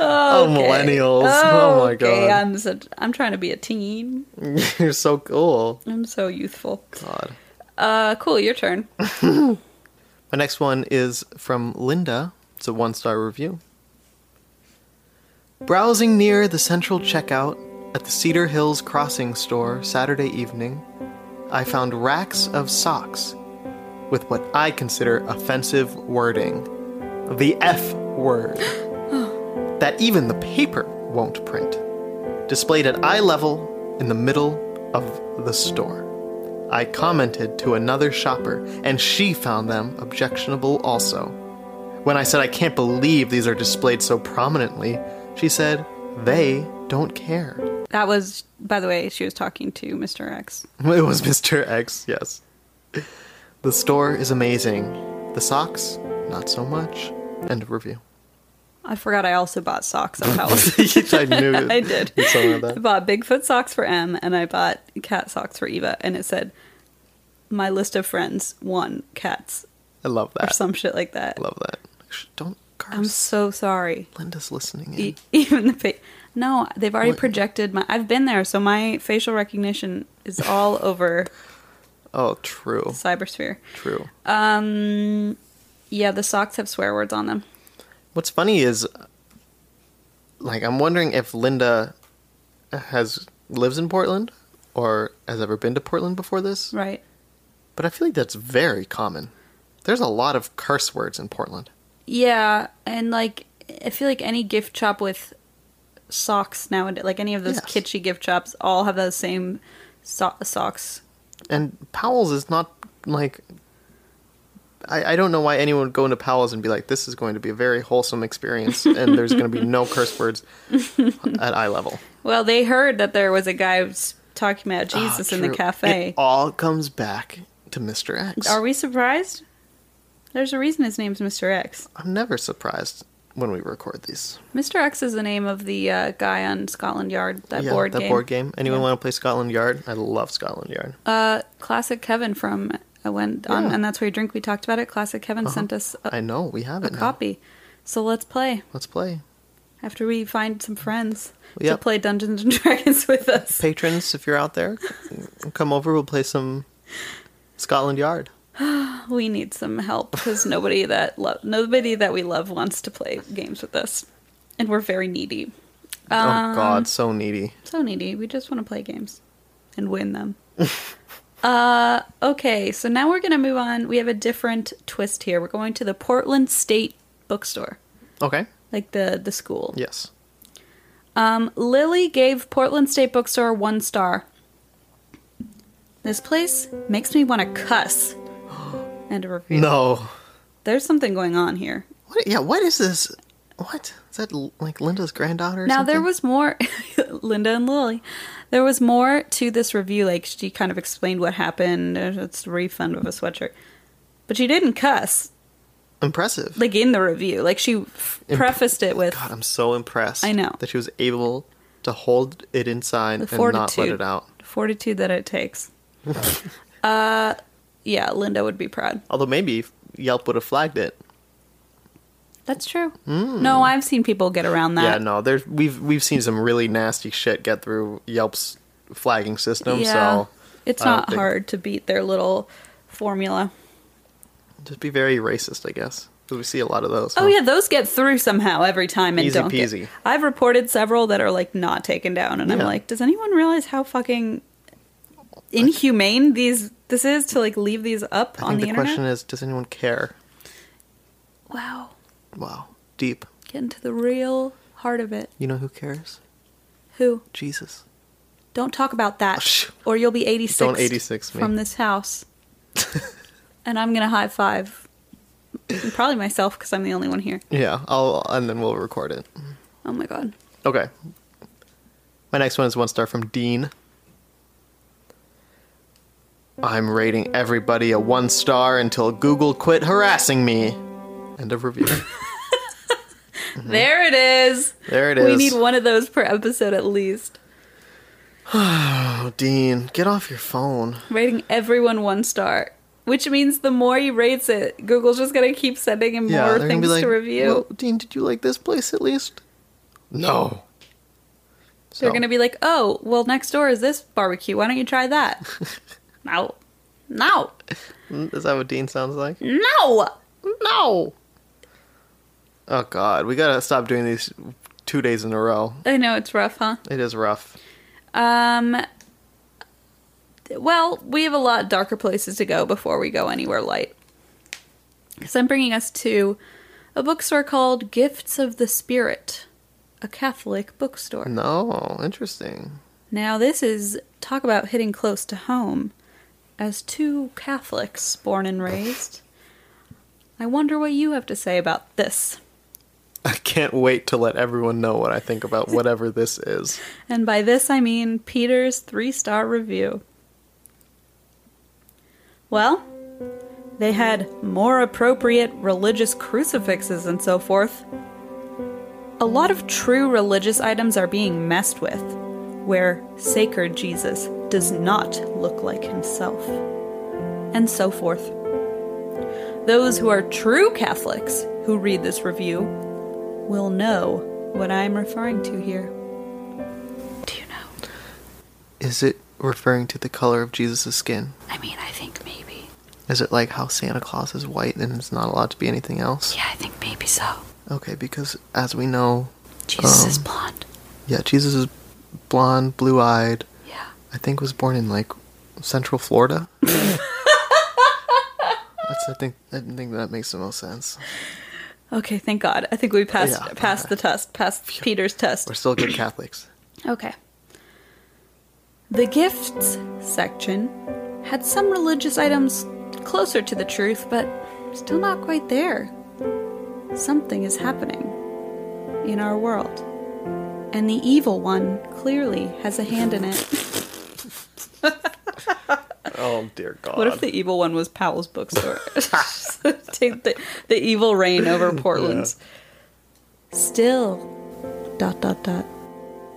[SPEAKER 2] Oh,
[SPEAKER 1] Okay.
[SPEAKER 2] millennials! Oh, my
[SPEAKER 1] Okay,
[SPEAKER 2] god,
[SPEAKER 1] I'm such, I'm trying to be a teen.
[SPEAKER 2] you're so cool.
[SPEAKER 1] I'm so youthful.
[SPEAKER 2] God.
[SPEAKER 1] Uh, cool. Your turn.
[SPEAKER 2] My next one is from Linda. It's a one star review. Browsing near the central checkout at the Cedar Hills Crossing store Saturday evening, I found racks of socks with what I consider offensive wording the F word that even the paper won't print, displayed at eye level in the middle of the store. I commented to another shopper, and she found them objectionable also. When I said I can't believe these are displayed so prominently, she said, they don't care.
[SPEAKER 1] That was, by the way, she was talking to Mr. X.
[SPEAKER 2] It was Mr. X, yes. The store is amazing. The socks, not so much. End of review.
[SPEAKER 1] I forgot I also bought socks at Powell's.
[SPEAKER 2] I knew
[SPEAKER 1] I did.
[SPEAKER 2] you'd somewhere
[SPEAKER 1] I
[SPEAKER 2] that.
[SPEAKER 1] bought Bigfoot socks for M, and I bought cat socks for Eva, and it said, "My list of friends: one cats
[SPEAKER 2] I love
[SPEAKER 1] or
[SPEAKER 2] that.
[SPEAKER 1] some shit like that."
[SPEAKER 2] I love that. Shh, Don't
[SPEAKER 1] I'm
[SPEAKER 2] curse.
[SPEAKER 1] so sorry.
[SPEAKER 2] Linda's listening in.
[SPEAKER 1] E- even the fa- no they've already
[SPEAKER 2] What?
[SPEAKER 1] projected my i've been there so my facial recognition is all over
[SPEAKER 2] Oh, true.
[SPEAKER 1] cybersphere
[SPEAKER 2] True.
[SPEAKER 1] um yeah the socks have swear words on them
[SPEAKER 2] What's funny is like I'm wondering if Linda has lives in Portland or has ever been to Portland before this.
[SPEAKER 1] Right.
[SPEAKER 2] But I feel like that's very common. There's a lot of curse words in Portland.
[SPEAKER 1] Yeah, and like I feel like any gift shop with socks nowadays, like any of those
[SPEAKER 2] Yes.
[SPEAKER 1] kitschy gift shops, all have those same so- socks.
[SPEAKER 2] And Powell's is not like I, I don't know why anyone would go into Powell's and be like, this is going to be a very wholesome experience and there's going to be no curse words at eye level.
[SPEAKER 1] Well, they heard that there was a guy who's talking about
[SPEAKER 2] Ah,
[SPEAKER 1] Jesus in
[SPEAKER 2] true.
[SPEAKER 1] the cafe.
[SPEAKER 2] It all comes back to Mr. X.
[SPEAKER 1] Are we surprised? There's a reason his name's Mr. X.
[SPEAKER 2] I'm never surprised when we record these.
[SPEAKER 1] Mr. X is the name of the uh, guy on Scotland Yard, that
[SPEAKER 2] yeah,
[SPEAKER 1] board
[SPEAKER 2] that
[SPEAKER 1] game.
[SPEAKER 2] board game. Anyone want to play Scotland Yard? I love Scotland Yard.
[SPEAKER 1] Uh, classic Kevin from uh, when on,
[SPEAKER 2] Yeah. Uh-huh.
[SPEAKER 1] and that's where you drink. We talked about it. Classic Kevin sent us a,
[SPEAKER 2] I know we have
[SPEAKER 1] a
[SPEAKER 2] it. now.
[SPEAKER 1] copy, so let's play
[SPEAKER 2] Let's play.
[SPEAKER 1] after we find some friends
[SPEAKER 2] Yep.
[SPEAKER 1] to play Dungeons and Dragons with us.
[SPEAKER 2] Patrons, if you're out there, come over. We'll play some Scotland Yard.
[SPEAKER 1] We need some help because nobody that lo- nobody that we love wants to play games with us, and we're very needy. Um,
[SPEAKER 2] oh God, so needy.
[SPEAKER 1] So needy. We just want to play games and win them. uh, okay, so now we're going to move on. We have a different twist here. We're going to the Portland State Bookstore,
[SPEAKER 2] Okay.
[SPEAKER 1] like the the school.
[SPEAKER 2] Yes.
[SPEAKER 1] Um, Lily gave Portland State Bookstore one star. This place makes me want to cuss. And a review.
[SPEAKER 2] No.
[SPEAKER 1] There's something going on here.
[SPEAKER 2] What? Yeah. What is this? What is that? l- Like Linda's granddaughter? Or
[SPEAKER 1] now
[SPEAKER 2] something?
[SPEAKER 1] there was more linda and lily there was more to this review like she kind of explained what happened uh, it's a refund of a sweatshirt but she didn't cuss
[SPEAKER 2] impressive.
[SPEAKER 1] like in the review like she f-
[SPEAKER 2] Imp-
[SPEAKER 1] prefaced it with
[SPEAKER 2] God, I'm so impressed.
[SPEAKER 1] I know.
[SPEAKER 2] that she was able to hold it inside
[SPEAKER 1] the
[SPEAKER 2] and
[SPEAKER 1] fortitude
[SPEAKER 2] not let it out.
[SPEAKER 1] fortitude that it takes uh yeah linda would be proud
[SPEAKER 2] Although maybe Yelp would have flagged it.
[SPEAKER 1] that's true no i've seen people get around that
[SPEAKER 2] Hmm. yeah, no, there's we've we've seen some really nasty shit get through Yelp's flagging system. So
[SPEAKER 1] it's
[SPEAKER 2] I don't
[SPEAKER 1] not
[SPEAKER 2] think-
[SPEAKER 1] hard to beat their little formula
[SPEAKER 2] just be very racist, I guess, because we see a lot of those.
[SPEAKER 1] Oh
[SPEAKER 2] huh?
[SPEAKER 1] yeah, those get through somehow every time and
[SPEAKER 2] Easy
[SPEAKER 1] don't get-
[SPEAKER 2] peasy.
[SPEAKER 1] I've reported several that are like not taken down, and I'm
[SPEAKER 2] Yeah.
[SPEAKER 1] like, does anyone realize how fucking inhumane these this is to like leave these up
[SPEAKER 2] I
[SPEAKER 1] on
[SPEAKER 2] think
[SPEAKER 1] the,
[SPEAKER 2] the,
[SPEAKER 1] internet?
[SPEAKER 2] question is, does anyone care?
[SPEAKER 1] wow,
[SPEAKER 2] Wow, deep.
[SPEAKER 1] getting to the real heart of it.
[SPEAKER 2] You know who cares?
[SPEAKER 1] Who?
[SPEAKER 2] Jesus.
[SPEAKER 1] Don't talk about that,
[SPEAKER 2] Oh, Shh.
[SPEAKER 1] or you'll be 86
[SPEAKER 2] Don't 86 me.
[SPEAKER 1] from this house, and I'm gonna high five probably myself because I'm the only one here.
[SPEAKER 2] Yeah, I'll and then we'll record it.
[SPEAKER 1] Oh my god.
[SPEAKER 2] Okay. My next one is one star from Dean. I'm rating everybody a one star until Google quit harassing me. End of review.
[SPEAKER 1] There it is.
[SPEAKER 2] Mm-hmm. There it is.
[SPEAKER 1] We need one of those per episode at least.
[SPEAKER 2] Oh, Dean, get off your phone.
[SPEAKER 1] rating everyone one star, which means the more he rates it, Google's just gonna keep sending him more
[SPEAKER 2] they're gonna
[SPEAKER 1] things to review.
[SPEAKER 2] Well, Dean, did you like this place at least? No.
[SPEAKER 1] They're
[SPEAKER 2] So,
[SPEAKER 1] gonna be like, "Oh, well, next door is this barbecue. Why don't you try that?" no, no,
[SPEAKER 2] mm, Is that what Dean sounds like?
[SPEAKER 1] no.
[SPEAKER 2] No. Oh God, we gotta stop doing these two days in a row.
[SPEAKER 1] I know it's rough, huh?
[SPEAKER 2] It is rough.
[SPEAKER 1] Um. Well, we have a lot darker places to go before we go anywhere light. So I'm bringing us to a bookstore called Gifts of the Spirit, a Catholic bookstore.
[SPEAKER 2] No, interesting.
[SPEAKER 1] Now, this is talk about hitting close to home. As two Catholics born and raised, I wonder what you have to say about this.
[SPEAKER 2] I can't wait to let everyone know what I think about whatever this is.
[SPEAKER 1] And by this, I mean Peter's three star review. Well, they had more appropriate religious crucifixes and so forth. A lot of true religious items are being messed with, where sacred Jesus does not look like himself, and so forth. Those who are true Catholics who read this review will know what I am referring to here. Do you know?
[SPEAKER 2] Is it referring to the color of Jesus' skin?
[SPEAKER 1] I mean, I think maybe.
[SPEAKER 2] Is it like how Santa Claus is white and it's not allowed to be anything else?
[SPEAKER 1] Yeah, I think maybe so.
[SPEAKER 2] Okay, because as we know,
[SPEAKER 1] Jesus is blonde.
[SPEAKER 2] Yeah, Jesus is blonde, blue eyed.
[SPEAKER 1] Yeah.
[SPEAKER 2] I think was born in like Central Florida. That's I think I think that makes the most sense.
[SPEAKER 1] Okay, thank God. I think we passed
[SPEAKER 2] Yeah.
[SPEAKER 1] passed the test, passed Peter's test.
[SPEAKER 2] We're still good Catholics.
[SPEAKER 1] Okay. The gifts section had some religious items closer to the truth, but still not quite there. Something is happening in our world, and the evil one clearly has a hand in it.
[SPEAKER 2] Oh dear God.
[SPEAKER 1] What if the evil one was Powell's bookstore? Take the, the evil reign over Portland's. Still, dot dot dot.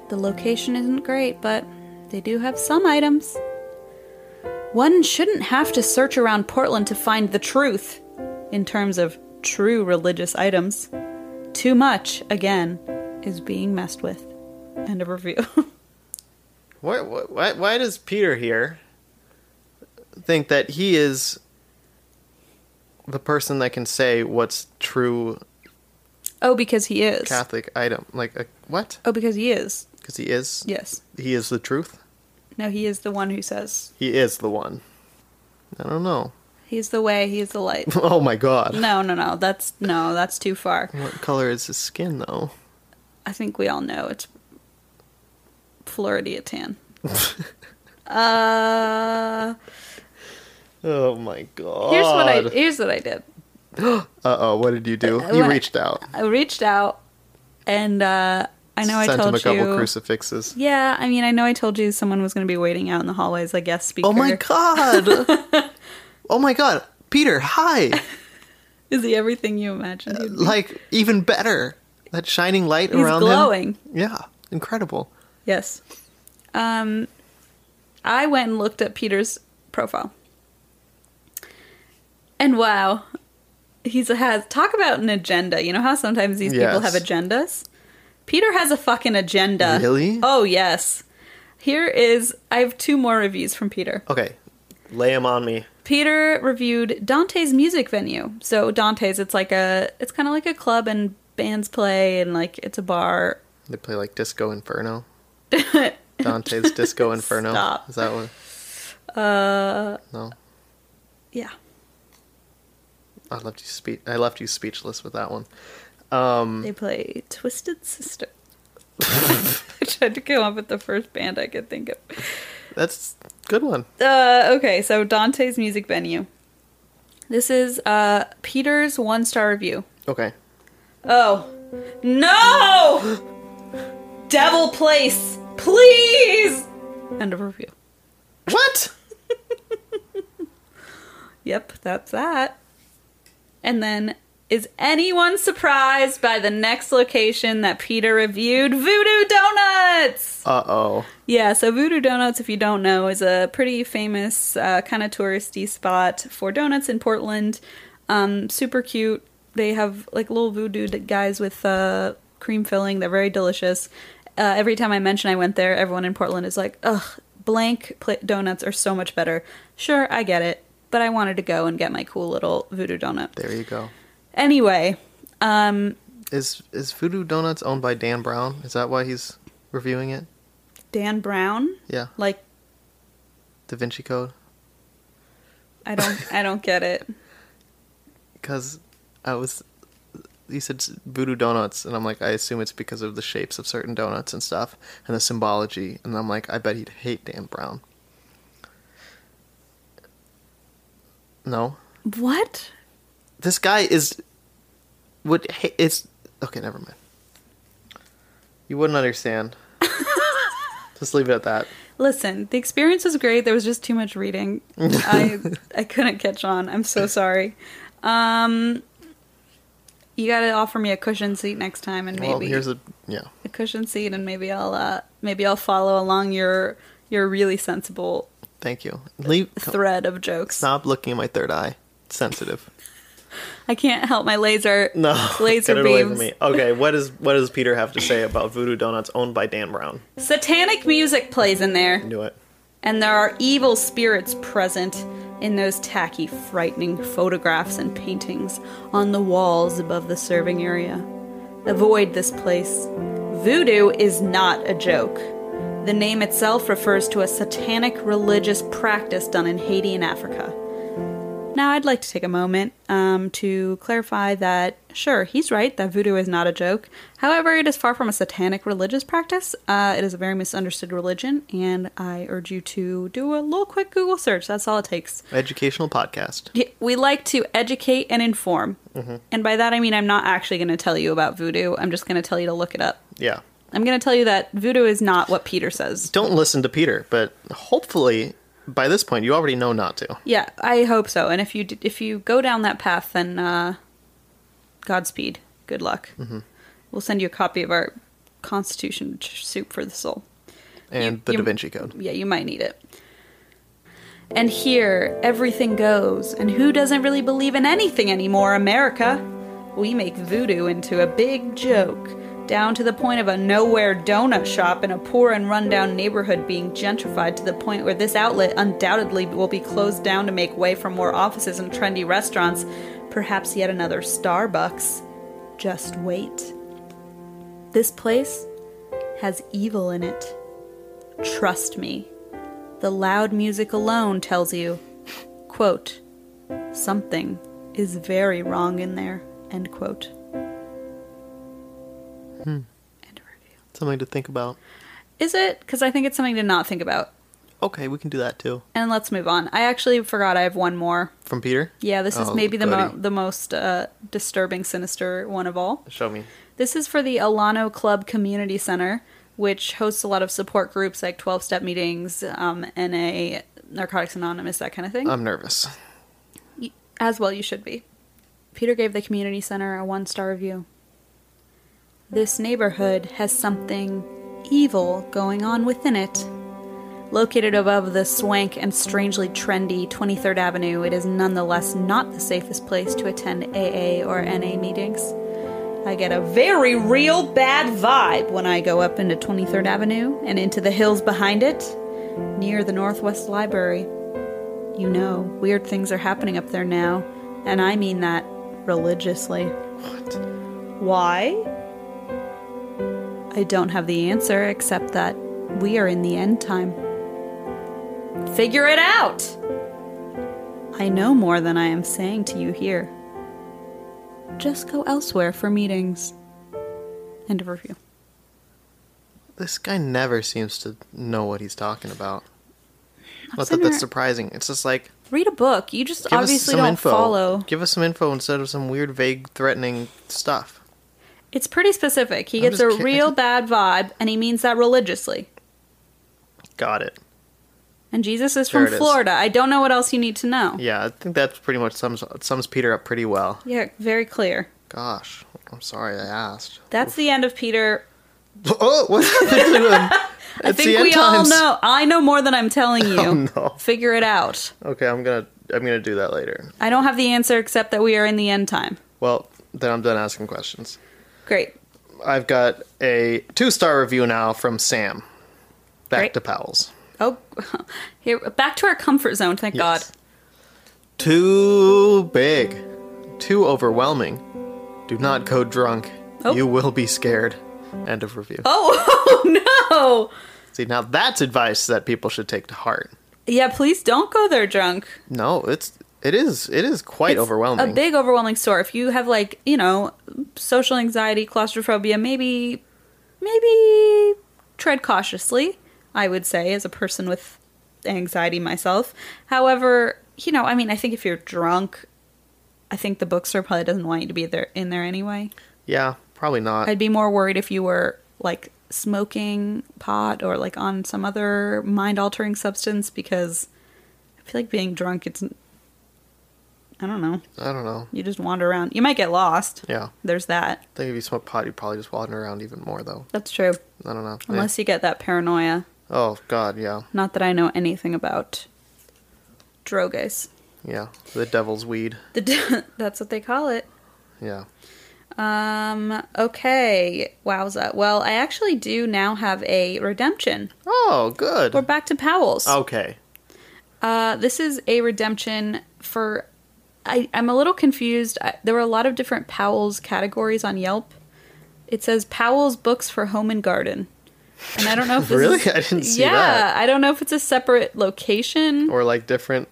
[SPEAKER 1] The location isn't great, but they do have some items. One shouldn't have to search around Portland to find the truth in terms of true religious items. Too much, again, is being messed with. End of review.
[SPEAKER 2] Why, why- why, why does Peter here think that he is the person that can say what's true
[SPEAKER 1] oh, because he is.
[SPEAKER 2] Catholic item? Like, a, what?
[SPEAKER 1] Oh, because he is.
[SPEAKER 2] Because he is,
[SPEAKER 1] Yes.
[SPEAKER 2] he is the truth.
[SPEAKER 1] No, he is the one who says
[SPEAKER 2] He is the one. I don't know.
[SPEAKER 1] He's the way, he's the light.
[SPEAKER 2] Oh my God.
[SPEAKER 1] No, no, no. That's no, that's too far.
[SPEAKER 2] What color is his skin, though?
[SPEAKER 1] I think we all know it's Floridia tan. uh
[SPEAKER 2] Oh my God.
[SPEAKER 1] here's what I here's what I did.
[SPEAKER 2] Uh oh. What did you do? You
[SPEAKER 1] what-
[SPEAKER 2] reached out.
[SPEAKER 1] I reached out and uh I know
[SPEAKER 2] Sent
[SPEAKER 1] I told
[SPEAKER 2] him a couple
[SPEAKER 1] you
[SPEAKER 2] crucifixes.
[SPEAKER 1] Yeah, I mean I know I told you someone was gonna be waiting out in the hallways, I guess speaker.
[SPEAKER 2] Oh my God. oh my God. Peter, hi.
[SPEAKER 1] Is he everything you imagined? he'd be?
[SPEAKER 2] like even better. That shining light
[SPEAKER 1] He's
[SPEAKER 2] around
[SPEAKER 1] glowing.
[SPEAKER 2] him. Yeah, incredible.
[SPEAKER 1] Yes. Um, I went and looked at Peter's profile. And wow, he's has talk about an agenda. You know how sometimes these people
[SPEAKER 2] Yes.
[SPEAKER 1] have agendas? Peter has a fucking agenda.
[SPEAKER 2] Really?
[SPEAKER 1] Oh, yes. Here is I have two more reviews from Peter.
[SPEAKER 2] Okay, lay him on me.
[SPEAKER 1] Peter reviewed Dante's music venue. So Dante's it's like a it's kind of like a club and bands play and like it's a bar
[SPEAKER 2] They play like Disco Inferno. Dante's Disco Inferno.
[SPEAKER 1] Stop.
[SPEAKER 2] Is that one?
[SPEAKER 1] uh
[SPEAKER 2] No,
[SPEAKER 1] yeah.
[SPEAKER 2] I left you spe- I left you speechless with that one. Um,
[SPEAKER 1] They play Twisted Sister. I tried to come up with the first band I could think of.
[SPEAKER 2] that's a good one.
[SPEAKER 1] Uh, okay, so Dante's Music Venue. This is uh, Peter's one star review.
[SPEAKER 2] Okay,
[SPEAKER 1] Oh. No! Devil Place! Please! End of review.
[SPEAKER 2] what?
[SPEAKER 1] Yep, that's that. And then, is anyone surprised by the next location that Peter reviewed? Voodoo Donuts!
[SPEAKER 2] Uh oh.
[SPEAKER 1] Yeah, so Voodoo Donuts, if you don't know, is a pretty famous uh, kind of touristy spot for donuts in Portland. Um, super cute. They have like little voodoo d- guys with uh, cream filling. They're very delicious. Uh, every time I mention I went there, everyone in Portland is like, ugh, blank pla donuts are so much better. Sure, I get it, but I wanted to go and get my cool little voodoo donut.
[SPEAKER 2] There you go.
[SPEAKER 1] Anyway, um,
[SPEAKER 2] Is is Voodoo Donuts owned by Dan Brown? Is that why he's reviewing it?
[SPEAKER 1] Dan Brown,
[SPEAKER 2] Yeah,
[SPEAKER 1] like,
[SPEAKER 2] Da Vinci Code.
[SPEAKER 1] I don't, I don't get it.
[SPEAKER 2] Because I was, you said voodoo donuts, and I'm like, I assume it's because of the shapes of certain donuts and stuff, and the symbology, and I'm like, I bet he'd hate Dan Brown. No,
[SPEAKER 1] What?
[SPEAKER 2] this guy is, would ha- it's okay. Never mind. You wouldn't understand. Just leave it at that.
[SPEAKER 1] Listen, the experience was great. There was just too much reading. I I couldn't catch on. I'm so sorry. Um, you got to offer me a cushion seat next time, and maybe
[SPEAKER 2] Well, here's a yeah.
[SPEAKER 1] a cushion seat, and maybe I'll uh, maybe I'll follow along your your really sensible
[SPEAKER 2] Thank you. Leave.
[SPEAKER 1] thread of jokes.
[SPEAKER 2] Stop looking at my third eye. It's sensitive.
[SPEAKER 1] I can't help my laser
[SPEAKER 2] No,
[SPEAKER 1] laser
[SPEAKER 2] get it
[SPEAKER 1] beams.
[SPEAKER 2] away from me. Okay, what is what does Peter have to say about Voodoo Donuts owned by Dan Brown?
[SPEAKER 1] Satanic music plays in there.
[SPEAKER 2] Knew it.
[SPEAKER 1] and there are evil spirits present in those tacky, frightening photographs and paintings on the walls above the serving area. Avoid this place. Voodoo is not a joke. The name itself refers to a satanic religious practice done in Haiti and Africa. Now, I'd like to take a moment um, to clarify that, sure, he's right that voodoo is not a joke. However, it is far from a satanic religious practice. Uh, it is a very misunderstood religion, and I urge you to do a little quick Google search. That's all it takes.
[SPEAKER 2] Educational podcast.
[SPEAKER 1] Y- We like to educate and inform. And by that, I mean I'm not actually going to tell you about voodoo, I'm just going to tell you to look it up.
[SPEAKER 2] Yeah.
[SPEAKER 1] I'm going to tell you that voodoo is not what Peter says.
[SPEAKER 2] Don't listen to Peter, but hopefully by this point you already know not to.
[SPEAKER 1] Yeah, I hope so. And if you d- if you go down that path, then uh, Godspeed. Good luck.
[SPEAKER 2] Mm-hmm.
[SPEAKER 1] We'll send you a copy of our Constitution ch- soup for the soul.
[SPEAKER 2] And
[SPEAKER 1] You-
[SPEAKER 2] the
[SPEAKER 1] you-
[SPEAKER 2] Da Vinci Code.
[SPEAKER 1] Yeah, you might need it. And here, everything goes. And who doesn't really believe in anything anymore, America? We make voodoo into a big joke, down to the point of a nowhere donut shop in a poor and rundown neighborhood being gentrified to the point where this outlet undoubtedly will be closed down to make way for more offices and trendy restaurants, perhaps yet another Starbucks. Just wait. This place has evil in it. Trust me. The loud music alone tells you, quote, something is very wrong in there, end quote. End of review.
[SPEAKER 2] Something to think about.
[SPEAKER 1] Is it? Because I think it's something to not think about.
[SPEAKER 2] Okay, we can do that too.
[SPEAKER 1] And let's move on. I actually forgot I have one more.
[SPEAKER 2] From Peter?
[SPEAKER 1] Yeah, this is
[SPEAKER 2] Oh,
[SPEAKER 1] maybe the, mo-
[SPEAKER 2] goody.
[SPEAKER 1] the most uh, disturbing, sinister one of all.
[SPEAKER 2] Show me.
[SPEAKER 1] This is for the Alano Club Community Center, which hosts a lot of support groups like 12 step meetings, um, NA, Narcotics Anonymous, that kind of thing.
[SPEAKER 2] I'm nervous.
[SPEAKER 1] Y- As well, you should be. Peter gave the community center a one star review. This neighborhood has something evil going on within it. Located above the swank and strangely trendy 23rd Avenue, it is nonetheless not the safest place to attend AA or NA meetings. I get a very real bad vibe when I go up into 23rd Avenue and into the hills behind it, near the Northwest Library. You know, weird things are happening up there now, and I mean that religiously.
[SPEAKER 2] What?
[SPEAKER 1] Why? I don't have the answer except that we are in the end time. Figure it out! I know more than I am saying to you here. Just go elsewhere for meetings. End of review.
[SPEAKER 2] This guy never seems to know what he's talking about.
[SPEAKER 1] I'm
[SPEAKER 2] Not that
[SPEAKER 1] sitting
[SPEAKER 2] that's
[SPEAKER 1] there-
[SPEAKER 2] surprising. It's just like
[SPEAKER 1] Read a book. You just
[SPEAKER 2] give us
[SPEAKER 1] obviously
[SPEAKER 2] some
[SPEAKER 1] don't
[SPEAKER 2] info.
[SPEAKER 1] follow.
[SPEAKER 2] Give us some info instead of some weird, vague, threatening stuff.
[SPEAKER 1] It's pretty specific. He
[SPEAKER 2] I'm
[SPEAKER 1] gets
[SPEAKER 2] just
[SPEAKER 1] a
[SPEAKER 2] ki-
[SPEAKER 1] real bad vibe, and he means that religiously.
[SPEAKER 2] Got it.
[SPEAKER 1] And Jesus is
[SPEAKER 2] There
[SPEAKER 1] from
[SPEAKER 2] it is.
[SPEAKER 1] Florida. I don't know what else you need to know. Yeah,
[SPEAKER 2] Yeah, I think that's pretty much sums sums Peter up pretty well.
[SPEAKER 1] very clear.
[SPEAKER 2] Gosh, I'm sorry I asked.
[SPEAKER 1] That's the end of Peter.
[SPEAKER 2] Oh, what happened to him?
[SPEAKER 1] I
[SPEAKER 2] It's the
[SPEAKER 1] think
[SPEAKER 2] end
[SPEAKER 1] we
[SPEAKER 2] times. Oh,
[SPEAKER 1] all know. I know more than I'm telling you.
[SPEAKER 2] no.
[SPEAKER 1] Figure it out.
[SPEAKER 2] Okay, I'm gonna I'm gonna do that later.
[SPEAKER 1] I don't have the answer except that we are in the end time.
[SPEAKER 2] Well, then I'm done asking questions.
[SPEAKER 1] Great.
[SPEAKER 2] I've got a two star review now from Sam. Back
[SPEAKER 1] Great.
[SPEAKER 2] to Powell's.
[SPEAKER 1] Oh, here back to our comfort zone. Thank God.
[SPEAKER 2] Yes. Too big. Too overwhelming. Do not go drunk.
[SPEAKER 1] Oh.
[SPEAKER 2] You will be scared. End of review.
[SPEAKER 1] Oh
[SPEAKER 2] See, now that's advice that people should take to heart.
[SPEAKER 1] no. Yeah, please don't go there drunk.
[SPEAKER 2] No, it's it is it is quite
[SPEAKER 1] It's
[SPEAKER 2] overwhelming.
[SPEAKER 1] A big overwhelming store. If you have like you know social anxiety, claustrophobia, maybe maybe tread cautiously. I would say as a person with anxiety myself. However, you know, I mean, I think if you're drunk, I think the bookstore probably doesn't want you to be there in there anyway.
[SPEAKER 2] yeah, probably not.
[SPEAKER 1] I'd be more worried if you were like smoking pot or like on some other mind altering substance because I feel like being drunk, it's. I don't know.
[SPEAKER 2] I don't know.
[SPEAKER 1] You just wander around. You might get lost.
[SPEAKER 2] Yeah.
[SPEAKER 1] There's that.
[SPEAKER 2] I think if you smoke pot, you'd probably just wander around even more, though.
[SPEAKER 1] That's true.
[SPEAKER 2] I don't know. Eh.
[SPEAKER 1] Unless you get that paranoia.
[SPEAKER 2] Oh, God, yeah.
[SPEAKER 1] Not that I know anything about drogas.
[SPEAKER 2] Yeah. The devil's weed.
[SPEAKER 1] The d- that's what they call it.
[SPEAKER 2] Yeah.
[SPEAKER 1] Um, okay. Wowza. Well, I actually do now have a redemption.
[SPEAKER 2] Oh, good.
[SPEAKER 1] We're back to Powell's.
[SPEAKER 2] Okay.
[SPEAKER 1] Uh, this is a redemption for. I, I'm a little confused. I, there were a lot of different Powell's categories on Yelp. It says Powell's Books for Home and Garden. And I don't know if this
[SPEAKER 2] Really?
[SPEAKER 1] is-
[SPEAKER 2] I didn't see
[SPEAKER 1] yeah,
[SPEAKER 2] that.
[SPEAKER 1] I don't know if it's a separate location.
[SPEAKER 2] Or like different.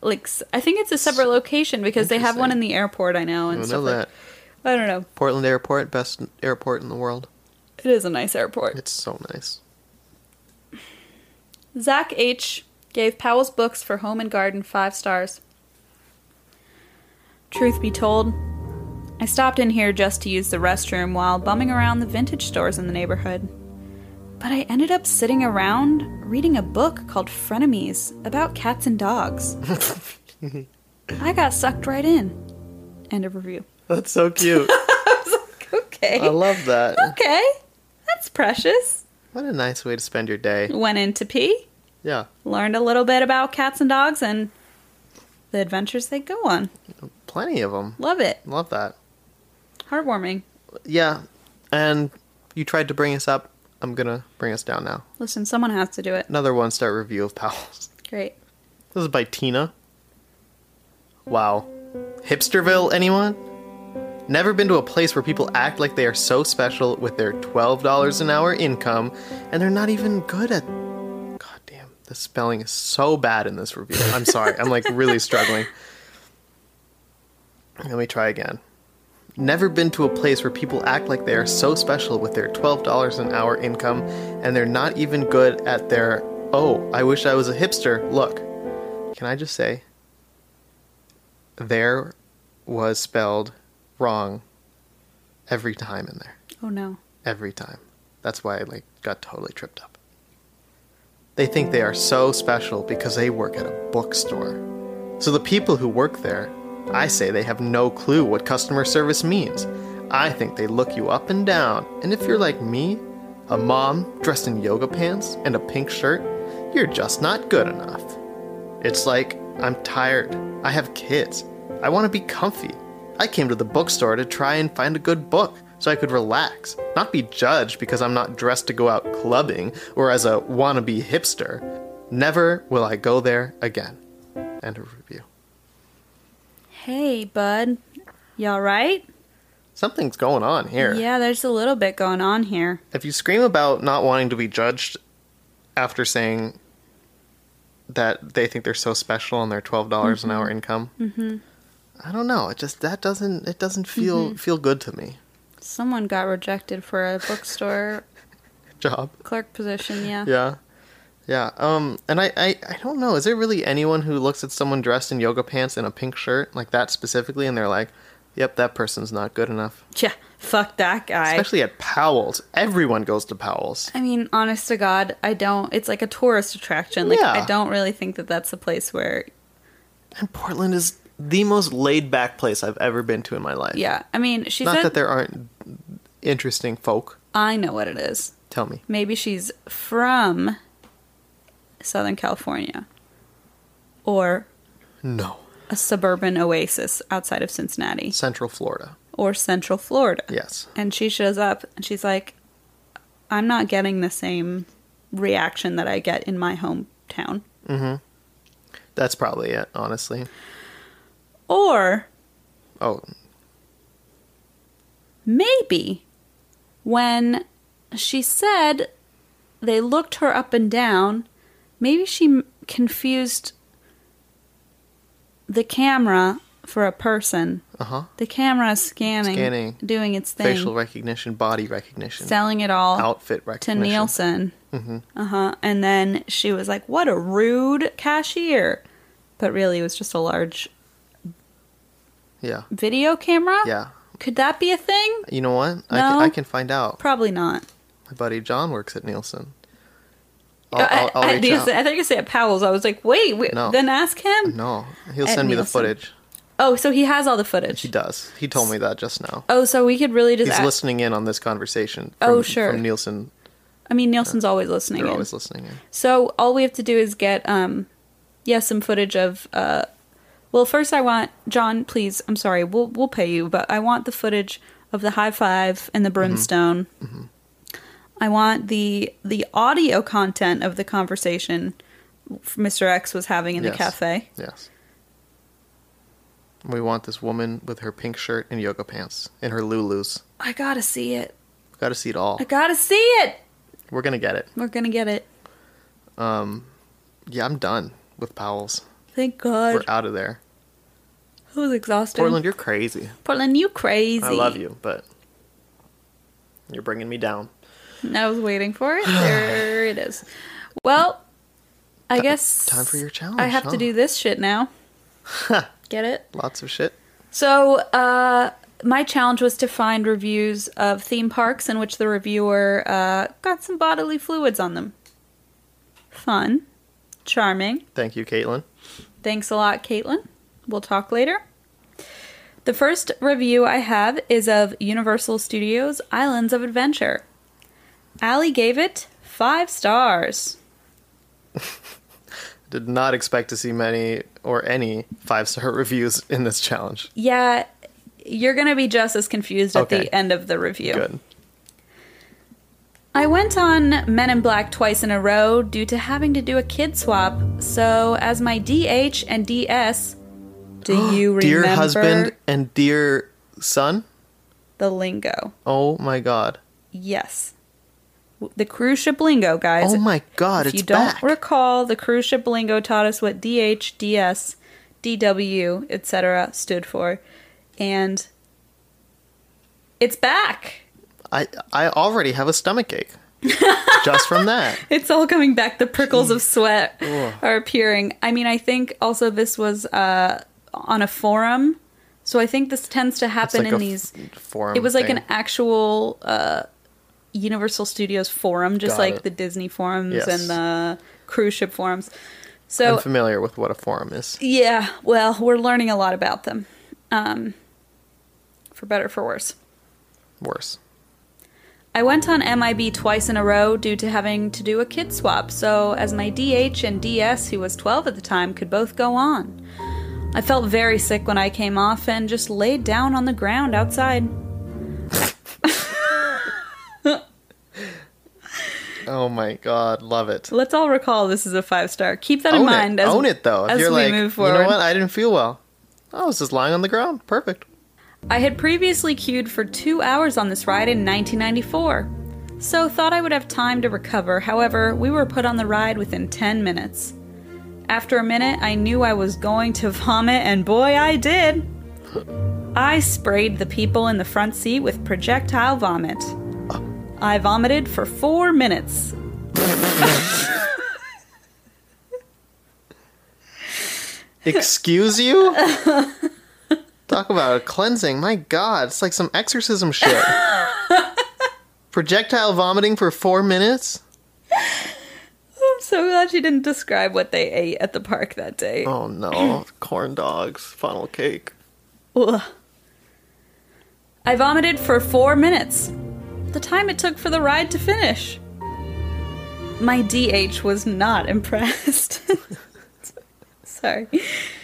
[SPEAKER 1] Like s- I think it's a separate location because they have one in
[SPEAKER 2] Interesting.
[SPEAKER 1] the airport. I know
[SPEAKER 2] I
[SPEAKER 1] and
[SPEAKER 2] don't
[SPEAKER 1] stuff
[SPEAKER 2] know
[SPEAKER 1] like
[SPEAKER 2] that.
[SPEAKER 1] I don't know.
[SPEAKER 2] Portland Airport, best airport in the world.
[SPEAKER 1] It is a nice airport.
[SPEAKER 2] It's so nice.
[SPEAKER 1] Zach H. gave Powell's Books for Home and Garden five stars. Truth be told, I stopped in here just to use the restroom while bumming around the vintage stores in the neighborhood. But I ended up sitting around reading a book called Frenemies about cats and dogs. I got sucked right in. End of review.
[SPEAKER 2] That's so cute.
[SPEAKER 1] Okay.
[SPEAKER 2] I love that.
[SPEAKER 1] okay. That's precious.
[SPEAKER 2] What a nice way to spend your day.
[SPEAKER 1] Went in to pee.
[SPEAKER 2] Yeah.
[SPEAKER 1] learned a little bit about cats and dogs and the adventures they go on.
[SPEAKER 2] Plenty of them.
[SPEAKER 1] Love it.
[SPEAKER 2] Love that.
[SPEAKER 1] Heartwarming.
[SPEAKER 2] Yeah. And you tried to bring us up. I'm going to bring us down now.
[SPEAKER 1] Listen, someone has to do it.
[SPEAKER 2] Another one star review of Powell's.
[SPEAKER 1] Great.
[SPEAKER 2] This is by Tina. Wow. Hipsterville, anyone? Never been to a place where people act like they are so special with their $12 an hour income and they're not even good at. God damn, the spelling is so bad in this review. I'm sorry. I'm like really struggling. Let me try again. Never been to a place where people act like they are so special with their $12 an hour income and they're not even good at their, oh, I wish I was a hipster. Look. Can I just say, there was spelled wrong every time in there.
[SPEAKER 1] Oh no.
[SPEAKER 2] Every time. That's why I like got totally tripped up. They think they are so special because they work at a bookstore. So the people who work there, I say they have no clue what customer service means. I think they look you up and down. And if you're like me, a mom dressed in yoga pants and a pink shirt, you're just not good enough. It's like, I'm tired. I have kids. I want to be comfy. I came to the bookstore to try and find a good book so I could relax, not be judged because I'm not dressed to go out clubbing or as a wannabe hipster. Never will I go there again. End of review.
[SPEAKER 1] Hey, bud. Y'all right?
[SPEAKER 2] Something's going on here.
[SPEAKER 1] Yeah, there's a little bit going on here.
[SPEAKER 2] If you scream about not wanting to be judged after saying that they think they're so special on their twelve dollars an hour income, I don't know. It just that doesn't it doesn't feel feel good to me.
[SPEAKER 1] Someone got rejected for a bookstore
[SPEAKER 2] Job.
[SPEAKER 1] clerk position, yeah.
[SPEAKER 2] Yeah. Yeah. Um and I, I I don't know, is there really anyone who looks at someone dressed in yoga pants and a pink shirt, like that specifically, and they're like, Yep, that person's not good enough.
[SPEAKER 1] Yeah. Fuck that guy.
[SPEAKER 2] Especially at Powell's. Everyone goes to Powell's.
[SPEAKER 1] I mean, honest to God, I don't. It's like a tourist attraction. Like,
[SPEAKER 2] Yeah.
[SPEAKER 1] I don't really think that that's a place where
[SPEAKER 2] And Portland is the most laid back place I've ever been to in my life.
[SPEAKER 1] Yeah. I mean, she
[SPEAKER 2] Not
[SPEAKER 1] said
[SPEAKER 2] that there aren't interesting folk.
[SPEAKER 1] I know what it is.
[SPEAKER 2] Tell me.
[SPEAKER 1] maybe she's from Southern California or
[SPEAKER 2] No.
[SPEAKER 1] a suburban oasis outside of Cincinnati
[SPEAKER 2] Central Florida.
[SPEAKER 1] or Central Florida.
[SPEAKER 2] Yes.
[SPEAKER 1] And she shows up and she's like, I'm not getting the same reaction that I get in my hometown.
[SPEAKER 2] That's probably it, honestly.
[SPEAKER 1] Or
[SPEAKER 2] Oh,
[SPEAKER 1] maybe when she said they looked her up and down, maybe she m- confused the camera for a person.
[SPEAKER 2] uh huh.
[SPEAKER 1] The camera is scanning,
[SPEAKER 2] Scanning.
[SPEAKER 1] doing its thing,
[SPEAKER 2] Facial recognition, body recognition,
[SPEAKER 1] selling it all
[SPEAKER 2] outfit
[SPEAKER 1] to
[SPEAKER 2] recognition.
[SPEAKER 1] Nielsen.
[SPEAKER 2] Mm-hmm.
[SPEAKER 1] Uh huh. And then she was like, "What a rude cashier!" But really, it was just a large
[SPEAKER 2] Yeah.
[SPEAKER 1] video camera.
[SPEAKER 2] Yeah.
[SPEAKER 1] Could that be a thing?
[SPEAKER 2] You know what? I,
[SPEAKER 1] No.
[SPEAKER 2] can, I can find out.
[SPEAKER 1] Probably not.
[SPEAKER 2] My buddy John works at Nielsen. I'll,
[SPEAKER 1] I-
[SPEAKER 2] I'll, I'll
[SPEAKER 1] I-
[SPEAKER 2] reach
[SPEAKER 1] you
[SPEAKER 2] out.
[SPEAKER 1] said- I thought you said at Powell's. I was like, wait, wait
[SPEAKER 2] No.
[SPEAKER 1] then ask him.
[SPEAKER 2] No, he'll
[SPEAKER 1] At
[SPEAKER 2] send me the
[SPEAKER 1] Nielsen.
[SPEAKER 2] footage.
[SPEAKER 1] Oh, so he has all the footage.
[SPEAKER 2] He does. He told me that just now.
[SPEAKER 1] Oh, so we could really just.
[SPEAKER 2] He's
[SPEAKER 1] ask-
[SPEAKER 2] listening in on this conversation. From,
[SPEAKER 1] Oh, sure.
[SPEAKER 2] From Nielsen,
[SPEAKER 1] I mean, Nielsen's always listening.
[SPEAKER 2] they're
[SPEAKER 1] in.
[SPEAKER 2] always listening in.
[SPEAKER 1] So all we have to do is get, um, yeah, some footage of. Uh, well, first I want John, please. I'm sorry. We'll we'll pay you, but I want the footage of the high five
[SPEAKER 2] Mm-hmm.
[SPEAKER 1] and the brimstone. I want the the audio content of the conversation Mr. X was having in the
[SPEAKER 2] Yes.
[SPEAKER 1] cafe.
[SPEAKER 2] Yes. We want this woman with her pink shirt and yoga pants and her Lulus.
[SPEAKER 1] I gotta see it.
[SPEAKER 2] Got to see it all.
[SPEAKER 1] I gotta see it.
[SPEAKER 2] We're gonna get it. Um,
[SPEAKER 1] We're gonna get it.
[SPEAKER 2] Yeah, I'm done with Powell's.
[SPEAKER 1] Thank God.
[SPEAKER 2] We're out of there.
[SPEAKER 1] I was exhausted.
[SPEAKER 2] Portland, you're crazy.
[SPEAKER 1] Portland, you crazy.
[SPEAKER 2] I love you, but you're bringing me down.
[SPEAKER 1] I was waiting for it. There it is. Well, I guess
[SPEAKER 2] time for your challenge,
[SPEAKER 1] I have
[SPEAKER 2] huh?
[SPEAKER 1] to do this shit now. Get it?
[SPEAKER 2] Lots of shit.
[SPEAKER 1] So, uh, my challenge was to find reviews of theme parks in which the reviewer uh, got some bodily fluids on them. Fun, charming.
[SPEAKER 2] Thank you, Caitlin.
[SPEAKER 1] Thanks a lot, Caitlin. We'll talk later. The first review I have is of Universal Studios Islands of Adventure. Allie gave it five stars.
[SPEAKER 2] Did not expect to see many or any five star reviews in this challenge.
[SPEAKER 1] Yeah, you're going to be just as confused at
[SPEAKER 2] Okay.
[SPEAKER 1] the end of the review.
[SPEAKER 2] Good.
[SPEAKER 1] I went on Men in Black twice in a row due to having to do a kid swap. So, as my DH and DS, do you remember
[SPEAKER 2] Dear husband and dear son.
[SPEAKER 1] the lingo?
[SPEAKER 2] Oh my god.
[SPEAKER 1] Yes. W- The cruise ship lingo, guys.
[SPEAKER 2] Oh my god,
[SPEAKER 1] if
[SPEAKER 2] it's
[SPEAKER 1] you don't
[SPEAKER 2] back.
[SPEAKER 1] recall, the cruise ship lingo taught us what DH, DS, DW, etc. stood for. And it's back.
[SPEAKER 2] I I already have a stomach ache. Just from that.
[SPEAKER 1] It's all coming back. The prickles of sweat are appearing. I mean, I think also this was uh, on a forum. So I think this tends to
[SPEAKER 2] It's
[SPEAKER 1] happen
[SPEAKER 2] like
[SPEAKER 1] in
[SPEAKER 2] a
[SPEAKER 1] these.
[SPEAKER 2] f- forum
[SPEAKER 1] It was like
[SPEAKER 2] thing.
[SPEAKER 1] an actual uh, Universal Studios forum, just
[SPEAKER 2] Got
[SPEAKER 1] like
[SPEAKER 2] it.
[SPEAKER 1] the Disney forums
[SPEAKER 2] Yes.
[SPEAKER 1] and the cruise ship forums.
[SPEAKER 2] I'm
[SPEAKER 1] So
[SPEAKER 2] familiar with what a forum is.
[SPEAKER 1] yeah, well, we're learning a lot about them, um, for better or for worse.
[SPEAKER 2] Worse.
[SPEAKER 1] I went on MIB twice in a row due to having to do a kid swap, so as my DH and DS, who was 12 at the time, could both go on. I felt very sick when I came off and just laid down on the ground outside.
[SPEAKER 2] Oh my god, love it.
[SPEAKER 1] Let's all recall this is a five star. Keep that in
[SPEAKER 2] Own
[SPEAKER 1] mind
[SPEAKER 2] it.
[SPEAKER 1] as
[SPEAKER 2] Own it though. If
[SPEAKER 1] as
[SPEAKER 2] you're
[SPEAKER 1] we
[SPEAKER 2] like,
[SPEAKER 1] move
[SPEAKER 2] you know
[SPEAKER 1] forward.
[SPEAKER 2] what? I didn't feel well. I was just lying on the ground. Perfect.
[SPEAKER 1] I had previously queued for two hours on this ride in 1994, so thought I would have time to recover. However, we were put on the ride within 10 minutes. After a minute, I knew I was going to vomit, and boy, I did! I sprayed the people in the front seat with projectile vomit. I vomited for four minutes.
[SPEAKER 2] Excuse you? Talk about a cleansing. My God, it's like some exorcism shit. Projectile vomiting for four minutes?
[SPEAKER 1] I'm so glad you didn't describe what they ate at the park that day.
[SPEAKER 2] Oh no. Corn dogs, funnel cake.
[SPEAKER 1] Ugh. I vomited for four minutes, the time it took for the ride to finish. My DH was not impressed. Sorry.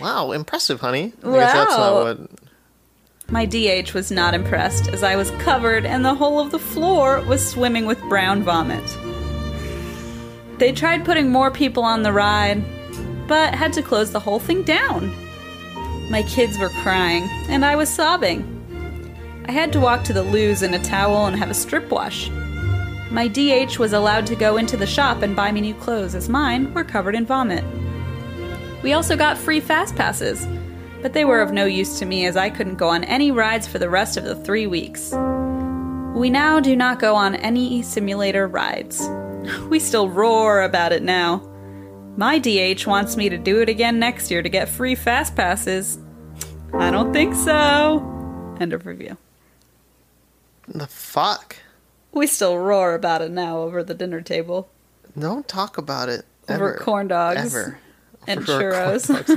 [SPEAKER 2] Wow, impressive, honey. I guess that's not
[SPEAKER 1] Wow.
[SPEAKER 2] what.
[SPEAKER 1] My DH was not impressed as I was covered and the whole of the floor was swimming with brown vomit. They tried putting more people on the ride, but had to close the whole thing down. My kids were crying and I was sobbing. I had to walk to the loos in a towel and have a strip wash. My DH was allowed to go into the shop and buy me new clothes as mine were covered in vomit. We also got free fast passes, but they were of no use to me as I couldn't go on any rides for the rest of the three weeks. We now do not go on any simulator rides. We still roar about it now. My DH wants me to do it again next year to get free fast passes. I don't think so. End of review.
[SPEAKER 2] The fuck?
[SPEAKER 1] We still roar about it now over the dinner table.
[SPEAKER 2] Don't talk about it.
[SPEAKER 1] Over
[SPEAKER 2] ever.
[SPEAKER 1] corn dogs
[SPEAKER 2] Ever.
[SPEAKER 1] and
[SPEAKER 2] Over corn
[SPEAKER 1] churros.
[SPEAKER 2] dogs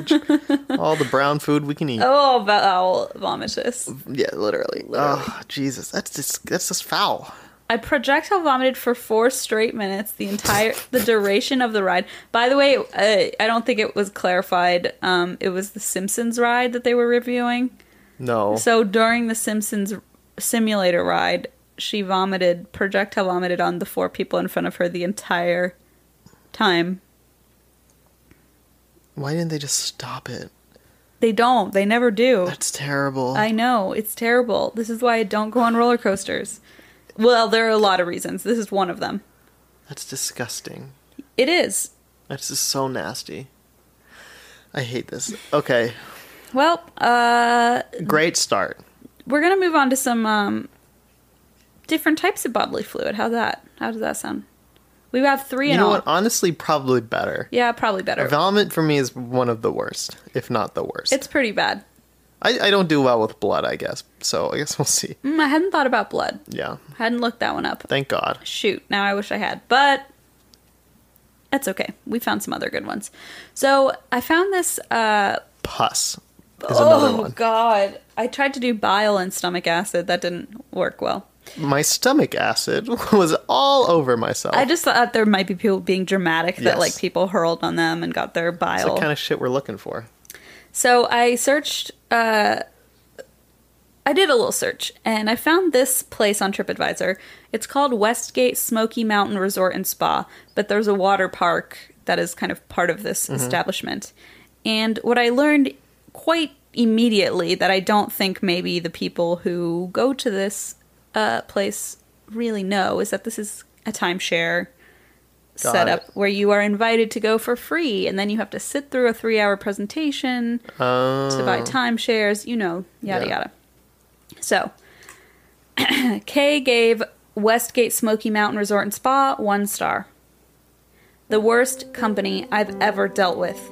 [SPEAKER 2] and chur- All the brown food we can eat.
[SPEAKER 1] Oh, vowel vomitous.
[SPEAKER 2] Yeah, literally. Oh, Jesus. That's just, that's just foul.
[SPEAKER 1] I projectile vomited for four straight minutes, the entire the duration of the ride. By the way, uh, I don't think it was clarified. Um, it was the Simpsons ride that they were reviewing.
[SPEAKER 2] No.
[SPEAKER 1] So during the Simpsons simulator ride, she vomited projectile vomited on the four people in front of her the entire time.
[SPEAKER 2] Why didn't they just stop it?
[SPEAKER 1] They don't. They never do.
[SPEAKER 2] That's terrible.
[SPEAKER 1] I know it's terrible. This is why I don't go on roller coasters. Well, there are a lot of reasons. This is one of them.
[SPEAKER 2] That's disgusting.
[SPEAKER 1] It is.
[SPEAKER 2] That's just so nasty. I hate this. Okay,
[SPEAKER 1] Well, uh,
[SPEAKER 2] great start.
[SPEAKER 1] we're gonna move on to some um, different types of bodily fluid. How's that? How does that sound? We have three.
[SPEAKER 2] You
[SPEAKER 1] in
[SPEAKER 2] know
[SPEAKER 1] all.
[SPEAKER 2] what? uh, Honestly, probably better.
[SPEAKER 1] Yeah, probably better.
[SPEAKER 2] Vomit for me is one of the worst, if not the worst.
[SPEAKER 1] It's pretty bad.
[SPEAKER 2] I, I don't do well with blood, I guess. So I guess we'll see.
[SPEAKER 1] Mm, I hadn't thought about blood.
[SPEAKER 2] Yeah.
[SPEAKER 1] Hadn't looked that one up.
[SPEAKER 2] Thank God.
[SPEAKER 1] Shoot, now I wish I had, but that's okay. We found some other good ones. So I found this. Uh,
[SPEAKER 2] Pus is another
[SPEAKER 1] oh
[SPEAKER 2] one.
[SPEAKER 1] God! I tried to do bile and stomach acid. That didn't work well.
[SPEAKER 2] My stomach acid was all over myself.
[SPEAKER 1] I just thought there might be people being dramatic that
[SPEAKER 2] Yes.
[SPEAKER 1] like people hurled on them and got their
[SPEAKER 2] That's the
[SPEAKER 1] bile.
[SPEAKER 2] kind of shit we're looking for.
[SPEAKER 1] So I searched. Uh, I did a little search, and I found this place on TripAdvisor. It's called Westgate Smoky Mountain Resort and Spa, but there's a water park that is kind of part of this
[SPEAKER 2] Mm-hmm.
[SPEAKER 1] establishment. And what I learned quite immediately that I don't think maybe the people who go to this uh, place really know is that this is a timeshare
[SPEAKER 2] Got
[SPEAKER 1] setup
[SPEAKER 2] it.
[SPEAKER 1] where you are invited to go for free, and then you have to sit through a three-hour presentation
[SPEAKER 2] Um,
[SPEAKER 1] to buy timeshares, you know, yada
[SPEAKER 2] Yeah.
[SPEAKER 1] yada. So, Kay gave Westgate Smoky Mountain Resort and Spa one star. The worst company I've ever dealt with.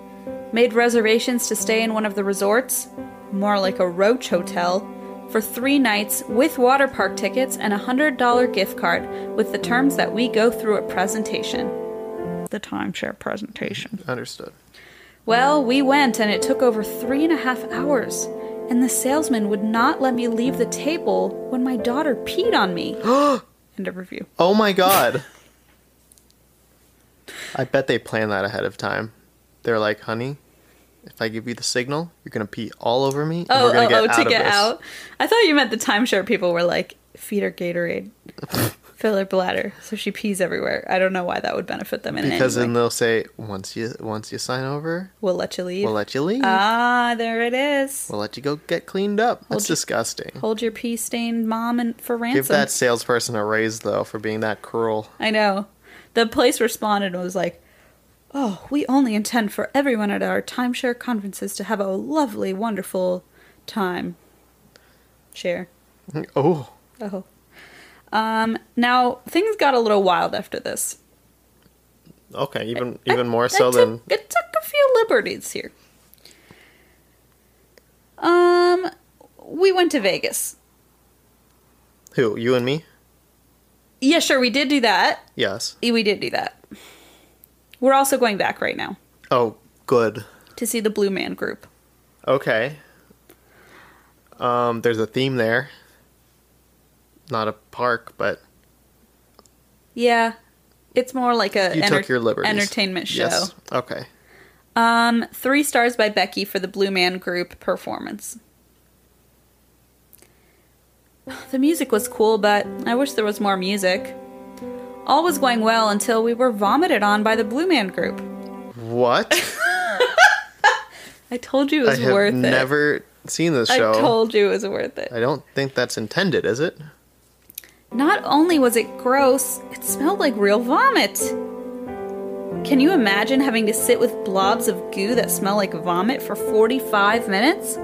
[SPEAKER 1] Made reservations to stay in one of the resorts, more like a roach hotel, for three nights with water park tickets and a $100 gift card with the terms that we go through at presentation. The timeshare presentation.
[SPEAKER 2] understood.
[SPEAKER 1] Well, we went and it took over three and a half hours, and the salesman would not let me leave the table when my daughter peed on me. End of review.
[SPEAKER 2] Oh my God. I bet they planned that ahead of time. They're like, honey, if I give you the signal, you're going to pee all over me. And
[SPEAKER 1] Oh,
[SPEAKER 2] we're
[SPEAKER 1] oh,
[SPEAKER 2] gonna get
[SPEAKER 1] oh,
[SPEAKER 2] out
[SPEAKER 1] to
[SPEAKER 2] of
[SPEAKER 1] get
[SPEAKER 2] this.
[SPEAKER 1] out. I thought you meant the timeshare people were like, feed her Gatorade, fill her bladder, so she pees everywhere. I don't know why that would benefit them in
[SPEAKER 2] Because
[SPEAKER 1] any
[SPEAKER 2] then
[SPEAKER 1] way.
[SPEAKER 2] they'll say, once you once you sign over,
[SPEAKER 1] We'll let you leave.
[SPEAKER 2] we'll let you leave.
[SPEAKER 1] ah, there it is.
[SPEAKER 2] we'll let you go get cleaned up. That's
[SPEAKER 1] you-
[SPEAKER 2] disgusting.
[SPEAKER 1] Hold your pee stained mom and for ransom.
[SPEAKER 2] Give that salesperson a raise though for being that cruel.
[SPEAKER 1] I know. The place responded and was like, Oh, we only intend for everyone at our timeshare conferences to have a lovely, wonderful time. Share.
[SPEAKER 2] Oh,
[SPEAKER 1] Oh. Um, now, things got a little wild after this.
[SPEAKER 2] okay, even even
[SPEAKER 1] I-
[SPEAKER 2] more
[SPEAKER 1] I
[SPEAKER 2] so
[SPEAKER 1] took-
[SPEAKER 2] than
[SPEAKER 1] it took a few liberties here. Um, we went to Vegas.
[SPEAKER 2] who you and me.
[SPEAKER 1] Yeah, sure, we did do that.
[SPEAKER 2] Yes.
[SPEAKER 1] We did do that. We're also going back right now
[SPEAKER 2] Oh, good.
[SPEAKER 1] to see the Blue Man Group.
[SPEAKER 2] Okay. Um, there's a theme there. Not a park, but
[SPEAKER 1] Yeah. It's more like a
[SPEAKER 2] you
[SPEAKER 1] enter-
[SPEAKER 2] took your liberties.
[SPEAKER 1] entertainment show.
[SPEAKER 2] Yes. Okay.
[SPEAKER 1] Um, three stars by Becky for the Blue Man Group performance. The music was cool, but I wish there was more music. All was going well until we were vomited on by the Blue Man Group.
[SPEAKER 2] What?
[SPEAKER 1] I told you it
[SPEAKER 2] I
[SPEAKER 1] was
[SPEAKER 2] have
[SPEAKER 1] worth it.
[SPEAKER 2] never seen this show.
[SPEAKER 1] I told you it was worth it.
[SPEAKER 2] I don't think that's intended, is it?
[SPEAKER 1] Not only was it gross, it smelled like real vomit. Can you imagine having to sit with blobs of goo that smell like vomit for 45 minutes?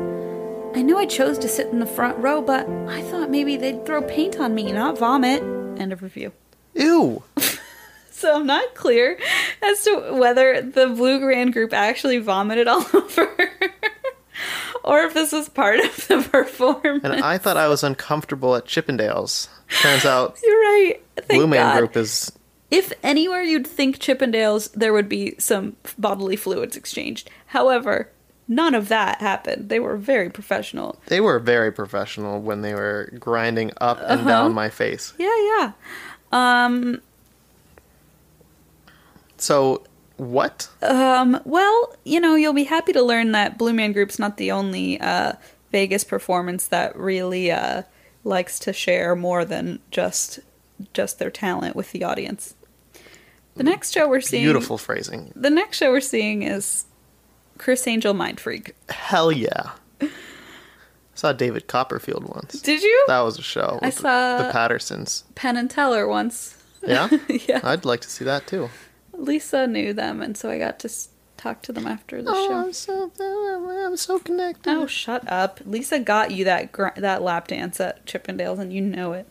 [SPEAKER 1] I know I chose to sit in the front row, but I thought maybe they'd throw paint on me, not vomit. End of review.
[SPEAKER 2] Ew.
[SPEAKER 1] So I'm not clear as to whether the Blue Grand group actually vomited all over or if this was part of the performance.
[SPEAKER 2] And I thought I was uncomfortable at Chippendales. Turns out
[SPEAKER 1] You're right. Thank
[SPEAKER 2] Blue Man
[SPEAKER 1] God.
[SPEAKER 2] Group is
[SPEAKER 1] If anywhere you'd think Chippendales, there would be some bodily fluids exchanged. However, none of that happened. They were very professional.
[SPEAKER 2] they were very professional when they were grinding up
[SPEAKER 1] Uh-huh.
[SPEAKER 2] and down my face.
[SPEAKER 1] Yeah, yeah. Um,
[SPEAKER 2] So what?
[SPEAKER 1] um, well, you know, you'll be happy to learn that Blue Man Group's not the only uh, Vegas performance that really uh, likes to share more than just just their talent with the audience. The next show we're seeing
[SPEAKER 2] Beautiful phrasing.
[SPEAKER 1] The next show we're seeing is Chris Angel Mind Freak.
[SPEAKER 2] Hell yeah. saw David Copperfield once.
[SPEAKER 1] Did you?
[SPEAKER 2] That was a show.
[SPEAKER 1] I
[SPEAKER 2] with
[SPEAKER 1] saw-
[SPEAKER 2] the Pattersons.
[SPEAKER 1] Penn and Teller once.
[SPEAKER 2] Yeah,
[SPEAKER 1] yeah.
[SPEAKER 2] I'd like to see that too.
[SPEAKER 1] Lisa knew them, and so I got to s- talk to them after the
[SPEAKER 2] Oh,
[SPEAKER 1] show.
[SPEAKER 2] I'm so I'm so connected.
[SPEAKER 1] Oh, shut up! Lisa got you that gr- that lap dance at Chippendales, and you know it.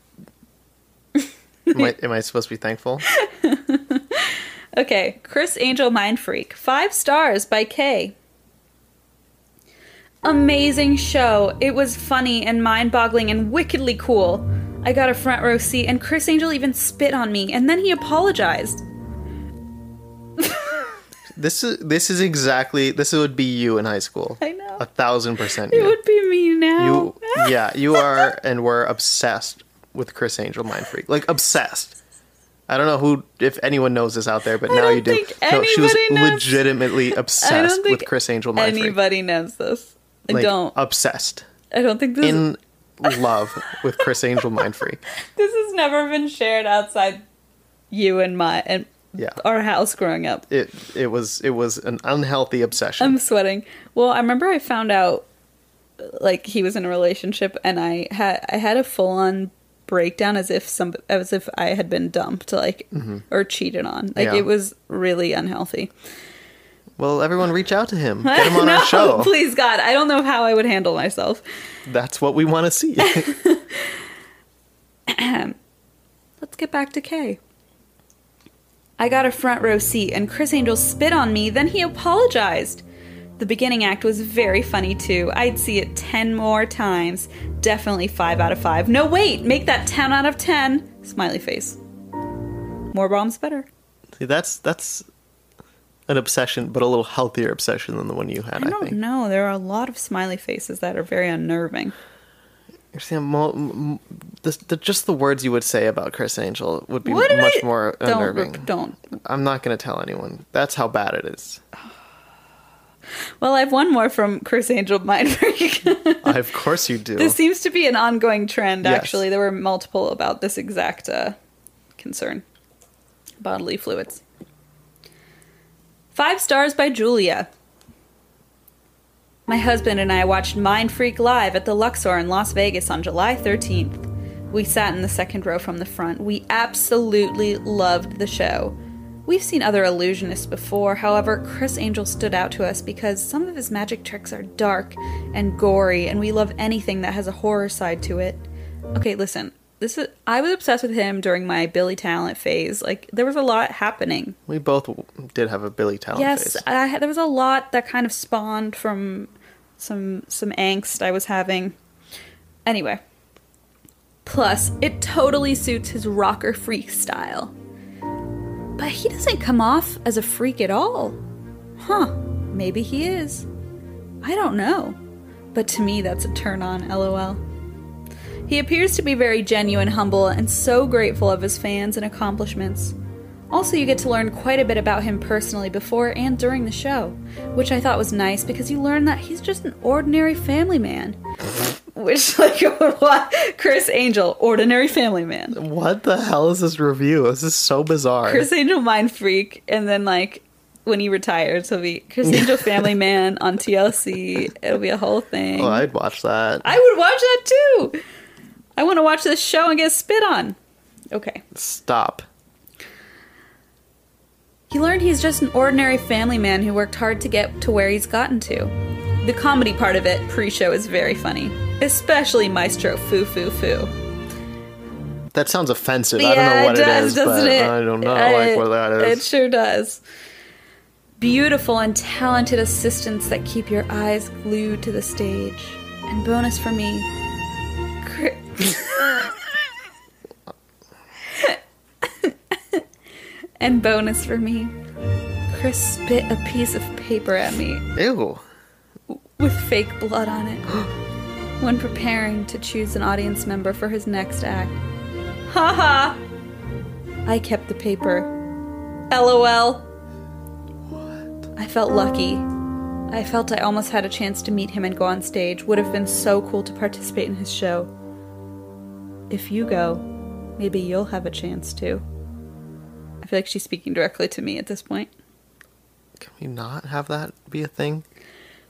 [SPEAKER 2] Am I, am I supposed to be thankful?
[SPEAKER 1] Okay, Chris Angel Mind Freak. Five stars by K. Amazing show. It was funny and mind boggling and wickedly cool. I got a front row seat, and Chris Angel even spit on me, and then he apologized.
[SPEAKER 2] This is this is exactly this would be you in high school.
[SPEAKER 1] I know.
[SPEAKER 2] A thousand percent.
[SPEAKER 1] It
[SPEAKER 2] You.
[SPEAKER 1] would be me now.
[SPEAKER 2] you yeah, you are and were obsessed with Chris Angel Mind Freak. Like obsessed. I don't know who if anyone knows this out there, but now
[SPEAKER 1] don't
[SPEAKER 2] you do.
[SPEAKER 1] think
[SPEAKER 2] no, she was
[SPEAKER 1] anybody knows.
[SPEAKER 2] legitimately obsessed with Chris Angel Mind Freak.
[SPEAKER 1] anybody knows this. I
[SPEAKER 2] Like,
[SPEAKER 1] don't.
[SPEAKER 2] obsessed.
[SPEAKER 1] I don't think this.
[SPEAKER 2] In love with Chris Angel Mind Freak.
[SPEAKER 1] this has never been shared outside you and my and
[SPEAKER 2] Yeah.
[SPEAKER 1] our house growing up.
[SPEAKER 2] It it was it was an unhealthy obsession.
[SPEAKER 1] I'm sweating. Well, I remember I found out like he was in a relationship, and I had I had a full on breakdown as if some as if I had been dumped, like or cheated on. Like
[SPEAKER 2] Mm-hmm. Yeah.
[SPEAKER 1] it was really unhealthy.
[SPEAKER 2] well, everyone reach out to him. Get him on
[SPEAKER 1] no,
[SPEAKER 2] our show.
[SPEAKER 1] please God, I don't know how I would handle myself.
[SPEAKER 2] That's what we want to see.
[SPEAKER 1] Let's get back to Kay. I got a front row seat, and Chris Angel spit on me, then he apologized. The beginning act was very funny too. I'd see it 10 more times. Definitely 5 out of 5. No, wait, make that 10 out of 10. Smiley face. More bombs better.
[SPEAKER 2] See, that's that's an obsession, but a little healthier obsession than the one you had.
[SPEAKER 1] I
[SPEAKER 2] I,
[SPEAKER 1] don't
[SPEAKER 2] think.
[SPEAKER 1] know. There are a lot of smiley faces that are very unnerving.
[SPEAKER 2] You're saying mo- m- the, the, just the words you would say about Chris Angel would be
[SPEAKER 1] What did
[SPEAKER 2] much
[SPEAKER 1] I-
[SPEAKER 2] more
[SPEAKER 1] Don't,
[SPEAKER 2] unnerving.
[SPEAKER 1] don't.
[SPEAKER 2] I'm not going to tell anyone. That's how bad it is.
[SPEAKER 1] Well, I have one more from Chris Angel Mind Freak.
[SPEAKER 2] I, of course you do.
[SPEAKER 1] This seems to be an ongoing trend,
[SPEAKER 2] Yes.
[SPEAKER 1] actually. There were multiple about this exact uh, concern bodily fluids. Five stars by Julia. My husband and I watched Mind Freak live at the Luxor in Las Vegas on July 13th. We sat in the second row from the front. We absolutely loved the show. We've seen other illusionists before, however, Chris Angel stood out to us because some of his magic tricks are dark and gory, and we love anything that has a horror side to it. Okay, listen. This is I was obsessed with him during my Billy Talent phase. Like there was a lot happening.
[SPEAKER 2] we both w- did have a Billy Talent
[SPEAKER 1] Yes,
[SPEAKER 2] face.
[SPEAKER 1] I, had- there was a lot that kind of spawned from some some angst I was having. Anyway, plus it totally suits his rocker freak style, but he doesn't come off as a freak at all, huh? Maybe he is. I don't know, but to me that's a turn on. LOL. He appears to be very genuine, humble, and so grateful of his fans and accomplishments. Also, you get to learn quite a bit about him personally before and during the show, which I thought was nice because you learn that he's just an ordinary family man. which, like, what? Chris Angel, ordinary family man.
[SPEAKER 2] What the hell is this review? This is so bizarre.
[SPEAKER 1] Chris Angel, mind freak, and then, like, when he retires, he'll be Chris Angel, family man on TLC. It'll be a whole thing.
[SPEAKER 2] oh, I'd watch that.
[SPEAKER 1] I would watch that too. I want to watch this show and get spit on. Okay.
[SPEAKER 2] Stop.
[SPEAKER 1] He learned he's just an ordinary family man who worked hard to get to where he's gotten to. The comedy part of it, pre show, is very funny, especially Maestro Foo Foo Foo.
[SPEAKER 2] That sounds offensive. I don't know what it is, but I don't know like what that
[SPEAKER 1] It
[SPEAKER 2] is.
[SPEAKER 1] sure does. Beautiful and talented assistants that keep your eyes glued to the stage. And bonus for me, Chris. and bonus for me, Chris spit a piece of paper at me
[SPEAKER 2] Ew.
[SPEAKER 1] with fake blood on it when preparing to choose an audience member for his next act. Ha ha! I kept the paper. LOL. I felt lucky. I felt I almost had a chance to meet him and go on stage. Would have been so cool to participate in his show. If you go, maybe you'll have a chance too. I feel like she's speaking directly to me at this point.
[SPEAKER 2] Can we not have that be a thing?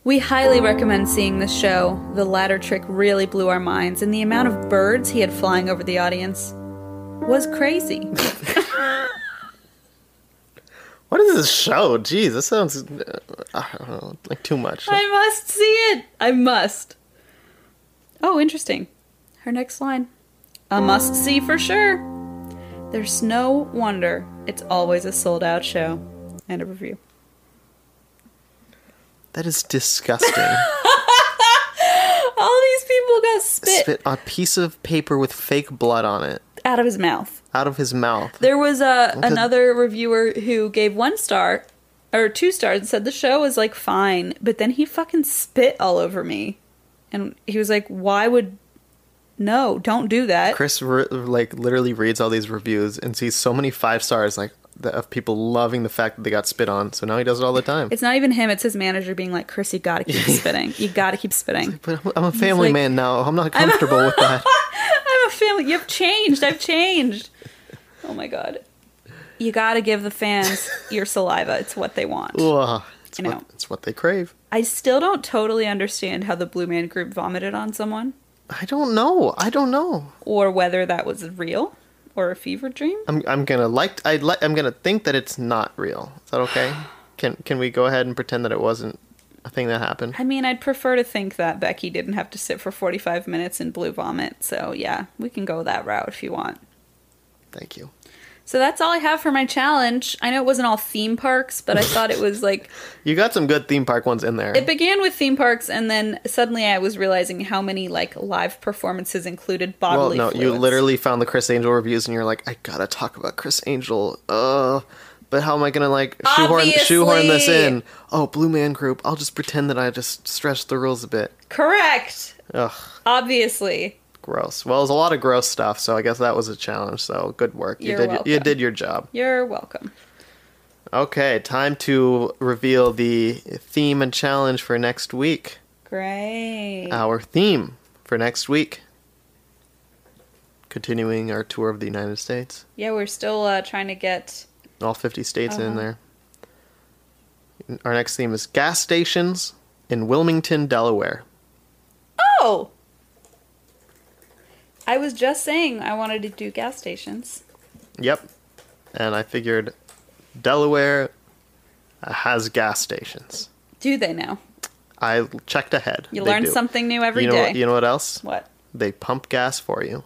[SPEAKER 1] We highly recommend seeing this show. The ladder trick really blew our minds, and the amount of birds he had flying over the audience was crazy.
[SPEAKER 2] What is this show? Jeez, this sounds uh, I don't know, like too much.
[SPEAKER 1] I must see it. I must. Oh, interesting. Her next line. A must see for sure. There's no wonder it's always a sold out show. End of review.
[SPEAKER 2] That is disgusting.
[SPEAKER 1] All these people got spit,
[SPEAKER 2] Spit a piece of paper with fake blood on it
[SPEAKER 1] out of his mouth.
[SPEAKER 2] out of his mouth.
[SPEAKER 1] There was uh,
[SPEAKER 2] the-
[SPEAKER 1] another reviewer who gave one star or two stars and said the show was like fine, but then he fucking spit all over me. And he was like, "Why would no, don't do that."
[SPEAKER 2] Chris re- like literally reads all these reviews and sees so many five stars like the, of people loving the fact that they got spit on. So now he does it all the time.
[SPEAKER 1] It's not even him, it's his manager being like, "Chris, you got to keep spitting. You got to keep spitting."
[SPEAKER 2] but I'm, I'm a family
[SPEAKER 1] like-
[SPEAKER 2] man now. I'm not comfortable with that.
[SPEAKER 1] I'm a family. You've changed. I've changed. Oh my god. You got to give the fans your saliva. It's what they want.
[SPEAKER 2] Ugh, it's,
[SPEAKER 1] I
[SPEAKER 2] what,
[SPEAKER 1] know.
[SPEAKER 2] it's what they crave.
[SPEAKER 1] I still don't totally understand how the Blue Man Group vomited on someone
[SPEAKER 2] I don't know. I don't know.
[SPEAKER 1] or whether that was real or a fever dream.
[SPEAKER 2] I'm I'm gonna like. I li- I'm gonna think that it's not real. Is that okay? Can can we go ahead and pretend that it wasn't a thing that happened?
[SPEAKER 1] I mean, I'd prefer to think that Becky didn't have to sit for 45 minutes in blue vomit. So, yeah, we can go that route if you want.
[SPEAKER 2] Thank you.
[SPEAKER 1] So, that's all I have for my challenge. I know it wasn't all theme parks, but I thought it was like
[SPEAKER 2] You got some good theme park ones in there.
[SPEAKER 1] It began with theme parks, and then suddenly I was realizing how many like live performances included
[SPEAKER 2] well,
[SPEAKER 1] bodily.
[SPEAKER 2] no, you
[SPEAKER 1] fluids.
[SPEAKER 2] literally found the Chris Angel reviews, and you're like, I gotta talk about Chris Angel. Uh, but how am I gonna like shoehorn
[SPEAKER 1] Obviously.
[SPEAKER 2] shoehorn this in? Oh, Blue Man Group. I'll just pretend that I just stretched the rules a bit.
[SPEAKER 1] correct.
[SPEAKER 2] Ugh,
[SPEAKER 1] Obviously,
[SPEAKER 2] gross. Well, it was a lot of gross stuff, so I guess that was a challenge. So good work. You
[SPEAKER 1] You're
[SPEAKER 2] did you
[SPEAKER 1] welcome.
[SPEAKER 2] did your job.
[SPEAKER 1] you're welcome.
[SPEAKER 2] Okay, time to reveal the theme and challenge for next week.
[SPEAKER 1] Great.
[SPEAKER 2] Our theme for next week. Continuing our tour of the United States.
[SPEAKER 1] yeah, we're still uh, trying to get.
[SPEAKER 2] All 50 states in
[SPEAKER 1] Uh-huh.
[SPEAKER 2] there. Our next theme is gas stations in Wilmington, Delaware.
[SPEAKER 1] Oh, I was just saying I wanted to do gas stations.
[SPEAKER 2] Yep. And I figured Delaware has gas stations.
[SPEAKER 1] Do they now?
[SPEAKER 2] I checked ahead.
[SPEAKER 1] You
[SPEAKER 2] They
[SPEAKER 1] learn
[SPEAKER 2] do.
[SPEAKER 1] something new every
[SPEAKER 2] you
[SPEAKER 1] day.
[SPEAKER 2] know, what- You know what else?
[SPEAKER 1] what?
[SPEAKER 2] They pump gas for you.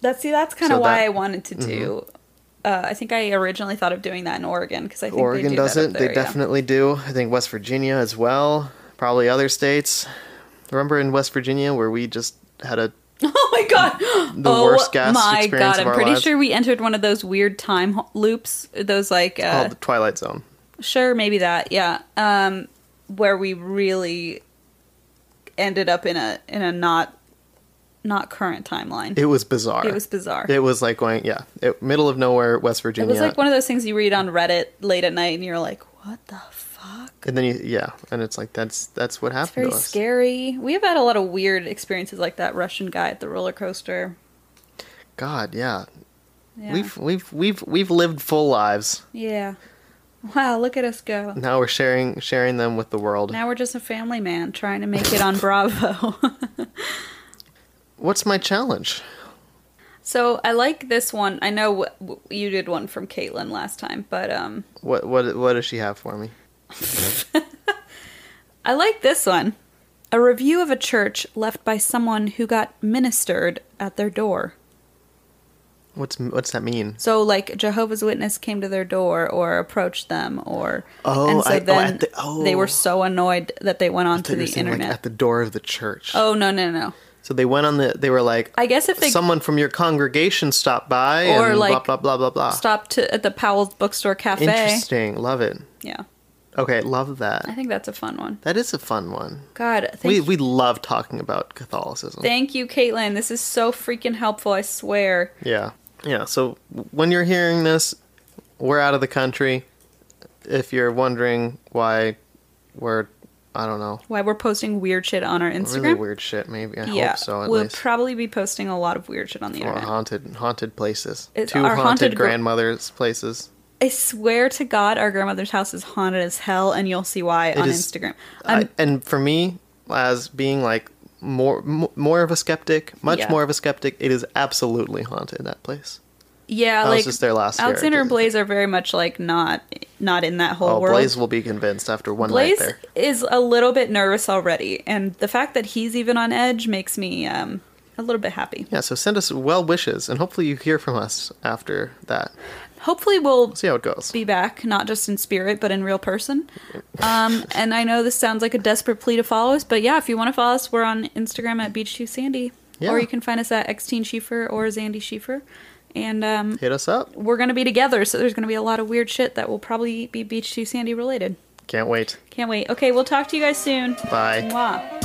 [SPEAKER 1] That's see, that's kind of
[SPEAKER 2] So
[SPEAKER 1] why
[SPEAKER 2] that- Mm-hmm.
[SPEAKER 1] I wanted to do. Uh, I think I originally thought of doing that in Oregon because I think
[SPEAKER 2] Oregon
[SPEAKER 1] they do
[SPEAKER 2] does
[SPEAKER 1] that
[SPEAKER 2] it.
[SPEAKER 1] up there,
[SPEAKER 2] they
[SPEAKER 1] yeah.
[SPEAKER 2] definitely do. I think West Virginia as well. Probably other states. Remember in West Virginia where we just had a
[SPEAKER 1] Oh my god!
[SPEAKER 2] The
[SPEAKER 1] oh
[SPEAKER 2] worst gas
[SPEAKER 1] my
[SPEAKER 2] experience
[SPEAKER 1] god!
[SPEAKER 2] of
[SPEAKER 1] I'm
[SPEAKER 2] our
[SPEAKER 1] pretty
[SPEAKER 2] lives.
[SPEAKER 1] sure we entered one of those weird time ho- loops. Those like,
[SPEAKER 2] oh,
[SPEAKER 1] uh,
[SPEAKER 2] the Twilight Zone.
[SPEAKER 1] sure, maybe that, yeah. Um, where we really ended up in a in a not not current timeline. It,
[SPEAKER 2] It was bizarre.
[SPEAKER 1] was bizarre. It,
[SPEAKER 2] It was like going yeah, it, middle of nowhere, West Virginia.
[SPEAKER 1] was like one of those things you read on Reddit late at night, and you're like, "What the fuck?"
[SPEAKER 2] and then you yeah, and it's like that's that's what happened.
[SPEAKER 1] It's very
[SPEAKER 2] to us.
[SPEAKER 1] scary. We have had a lot of weird experiences like that Russian guy at the roller coaster.
[SPEAKER 2] God, yeah.
[SPEAKER 1] Yeah.
[SPEAKER 2] We've we've we've we've lived full lives.
[SPEAKER 1] yeah. Wow, look at us go.
[SPEAKER 2] Now we're sharing sharing them with the world.
[SPEAKER 1] Now we're just a family man trying to make it on Bravo.
[SPEAKER 2] What's my challenge?
[SPEAKER 1] so I like this one. I know w- w- you did one from Caitlin last time, but um,
[SPEAKER 2] What what what does she have for me?
[SPEAKER 1] I like this one. A review of a church left by someone who got ministered at their door.
[SPEAKER 2] What's what's that mean?
[SPEAKER 1] So, like Jehovah's Witness came to their door or approached them, or
[SPEAKER 2] Oh,
[SPEAKER 1] and so
[SPEAKER 2] I- oh,
[SPEAKER 1] then
[SPEAKER 2] at the- oh.
[SPEAKER 1] they were so annoyed that they went
[SPEAKER 2] They
[SPEAKER 1] onto
[SPEAKER 2] were
[SPEAKER 1] the
[SPEAKER 2] saying,
[SPEAKER 1] internet.
[SPEAKER 2] like at the door of the church.
[SPEAKER 1] oh no no no!
[SPEAKER 2] So they went on the. They were like,
[SPEAKER 1] I guess if they
[SPEAKER 2] someone from your congregation stopped by,
[SPEAKER 1] Or,
[SPEAKER 2] and
[SPEAKER 1] like,
[SPEAKER 2] blah blah blah blah blah.
[SPEAKER 1] stopped to, at the Powell's Bookstore Cafe,
[SPEAKER 2] Interesting, love it.
[SPEAKER 1] yeah,
[SPEAKER 2] Okay, love
[SPEAKER 1] I
[SPEAKER 2] that.
[SPEAKER 1] think that's a fun one.
[SPEAKER 2] That is a fun one.
[SPEAKER 1] God, thank
[SPEAKER 2] We
[SPEAKER 1] you.
[SPEAKER 2] we love talking about Catholicism.
[SPEAKER 1] Thank you, Caitlin. This is so freaking helpful, I swear.
[SPEAKER 2] yeah, yeah. So when you're hearing this, we're out of the country. If you're wondering why we're, I don't know,
[SPEAKER 1] Why we're posting weird shit on our Instagram.
[SPEAKER 2] really weird shit. Maybe I
[SPEAKER 1] yeah.
[SPEAKER 2] hope so. At
[SPEAKER 1] we'll
[SPEAKER 2] least.
[SPEAKER 1] probably be posting a lot of weird shit on the
[SPEAKER 2] or
[SPEAKER 1] internet.
[SPEAKER 2] haunted haunted places.
[SPEAKER 1] It's
[SPEAKER 2] Two
[SPEAKER 1] our
[SPEAKER 2] haunted,
[SPEAKER 1] haunted gr-
[SPEAKER 2] grandmothers' places.
[SPEAKER 1] I swear to God, our grandmother's house is haunted as hell, and you'll see why on
[SPEAKER 2] is-
[SPEAKER 1] Instagram. Um, I'm,
[SPEAKER 2] I, and for me, as being like more m- more of a skeptic, much
[SPEAKER 1] Yeah.
[SPEAKER 2] more of a skeptic, it is absolutely haunted that place.
[SPEAKER 1] yeah,
[SPEAKER 2] that was
[SPEAKER 1] like
[SPEAKER 2] just their last year,
[SPEAKER 1] Alexander and
[SPEAKER 2] I believe.
[SPEAKER 1] Blaze are very much like not not in that whole
[SPEAKER 2] Oh,
[SPEAKER 1] world.
[SPEAKER 2] Blaze will be convinced after one
[SPEAKER 1] Blaze
[SPEAKER 2] night there.
[SPEAKER 1] is a little bit nervous already, and the fact that he's even on edge makes me um, a little bit happy.
[SPEAKER 2] Yeah, so send us well wishes, and hopefully you hear from us after that.
[SPEAKER 1] Hopefully, we'll
[SPEAKER 2] See how it goes.
[SPEAKER 1] be back, not just in spirit, but in real person. Um, and I know this sounds like a desperate plea to follow us, but yeah, if you want to follow us, we're on Instagram at Beach2Sandy.
[SPEAKER 2] Yeah.
[SPEAKER 1] Or you can find us at Xteen Schieffer or Zandy Schieffer. And um,
[SPEAKER 2] Hit us up.
[SPEAKER 1] we're going to be together, so there's going to be a lot of weird shit that will probably be Beach2Sandy related.
[SPEAKER 2] Can't wait.
[SPEAKER 1] Can't wait. Okay, we'll talk to you guys soon.
[SPEAKER 2] Bye.
[SPEAKER 1] Mwah.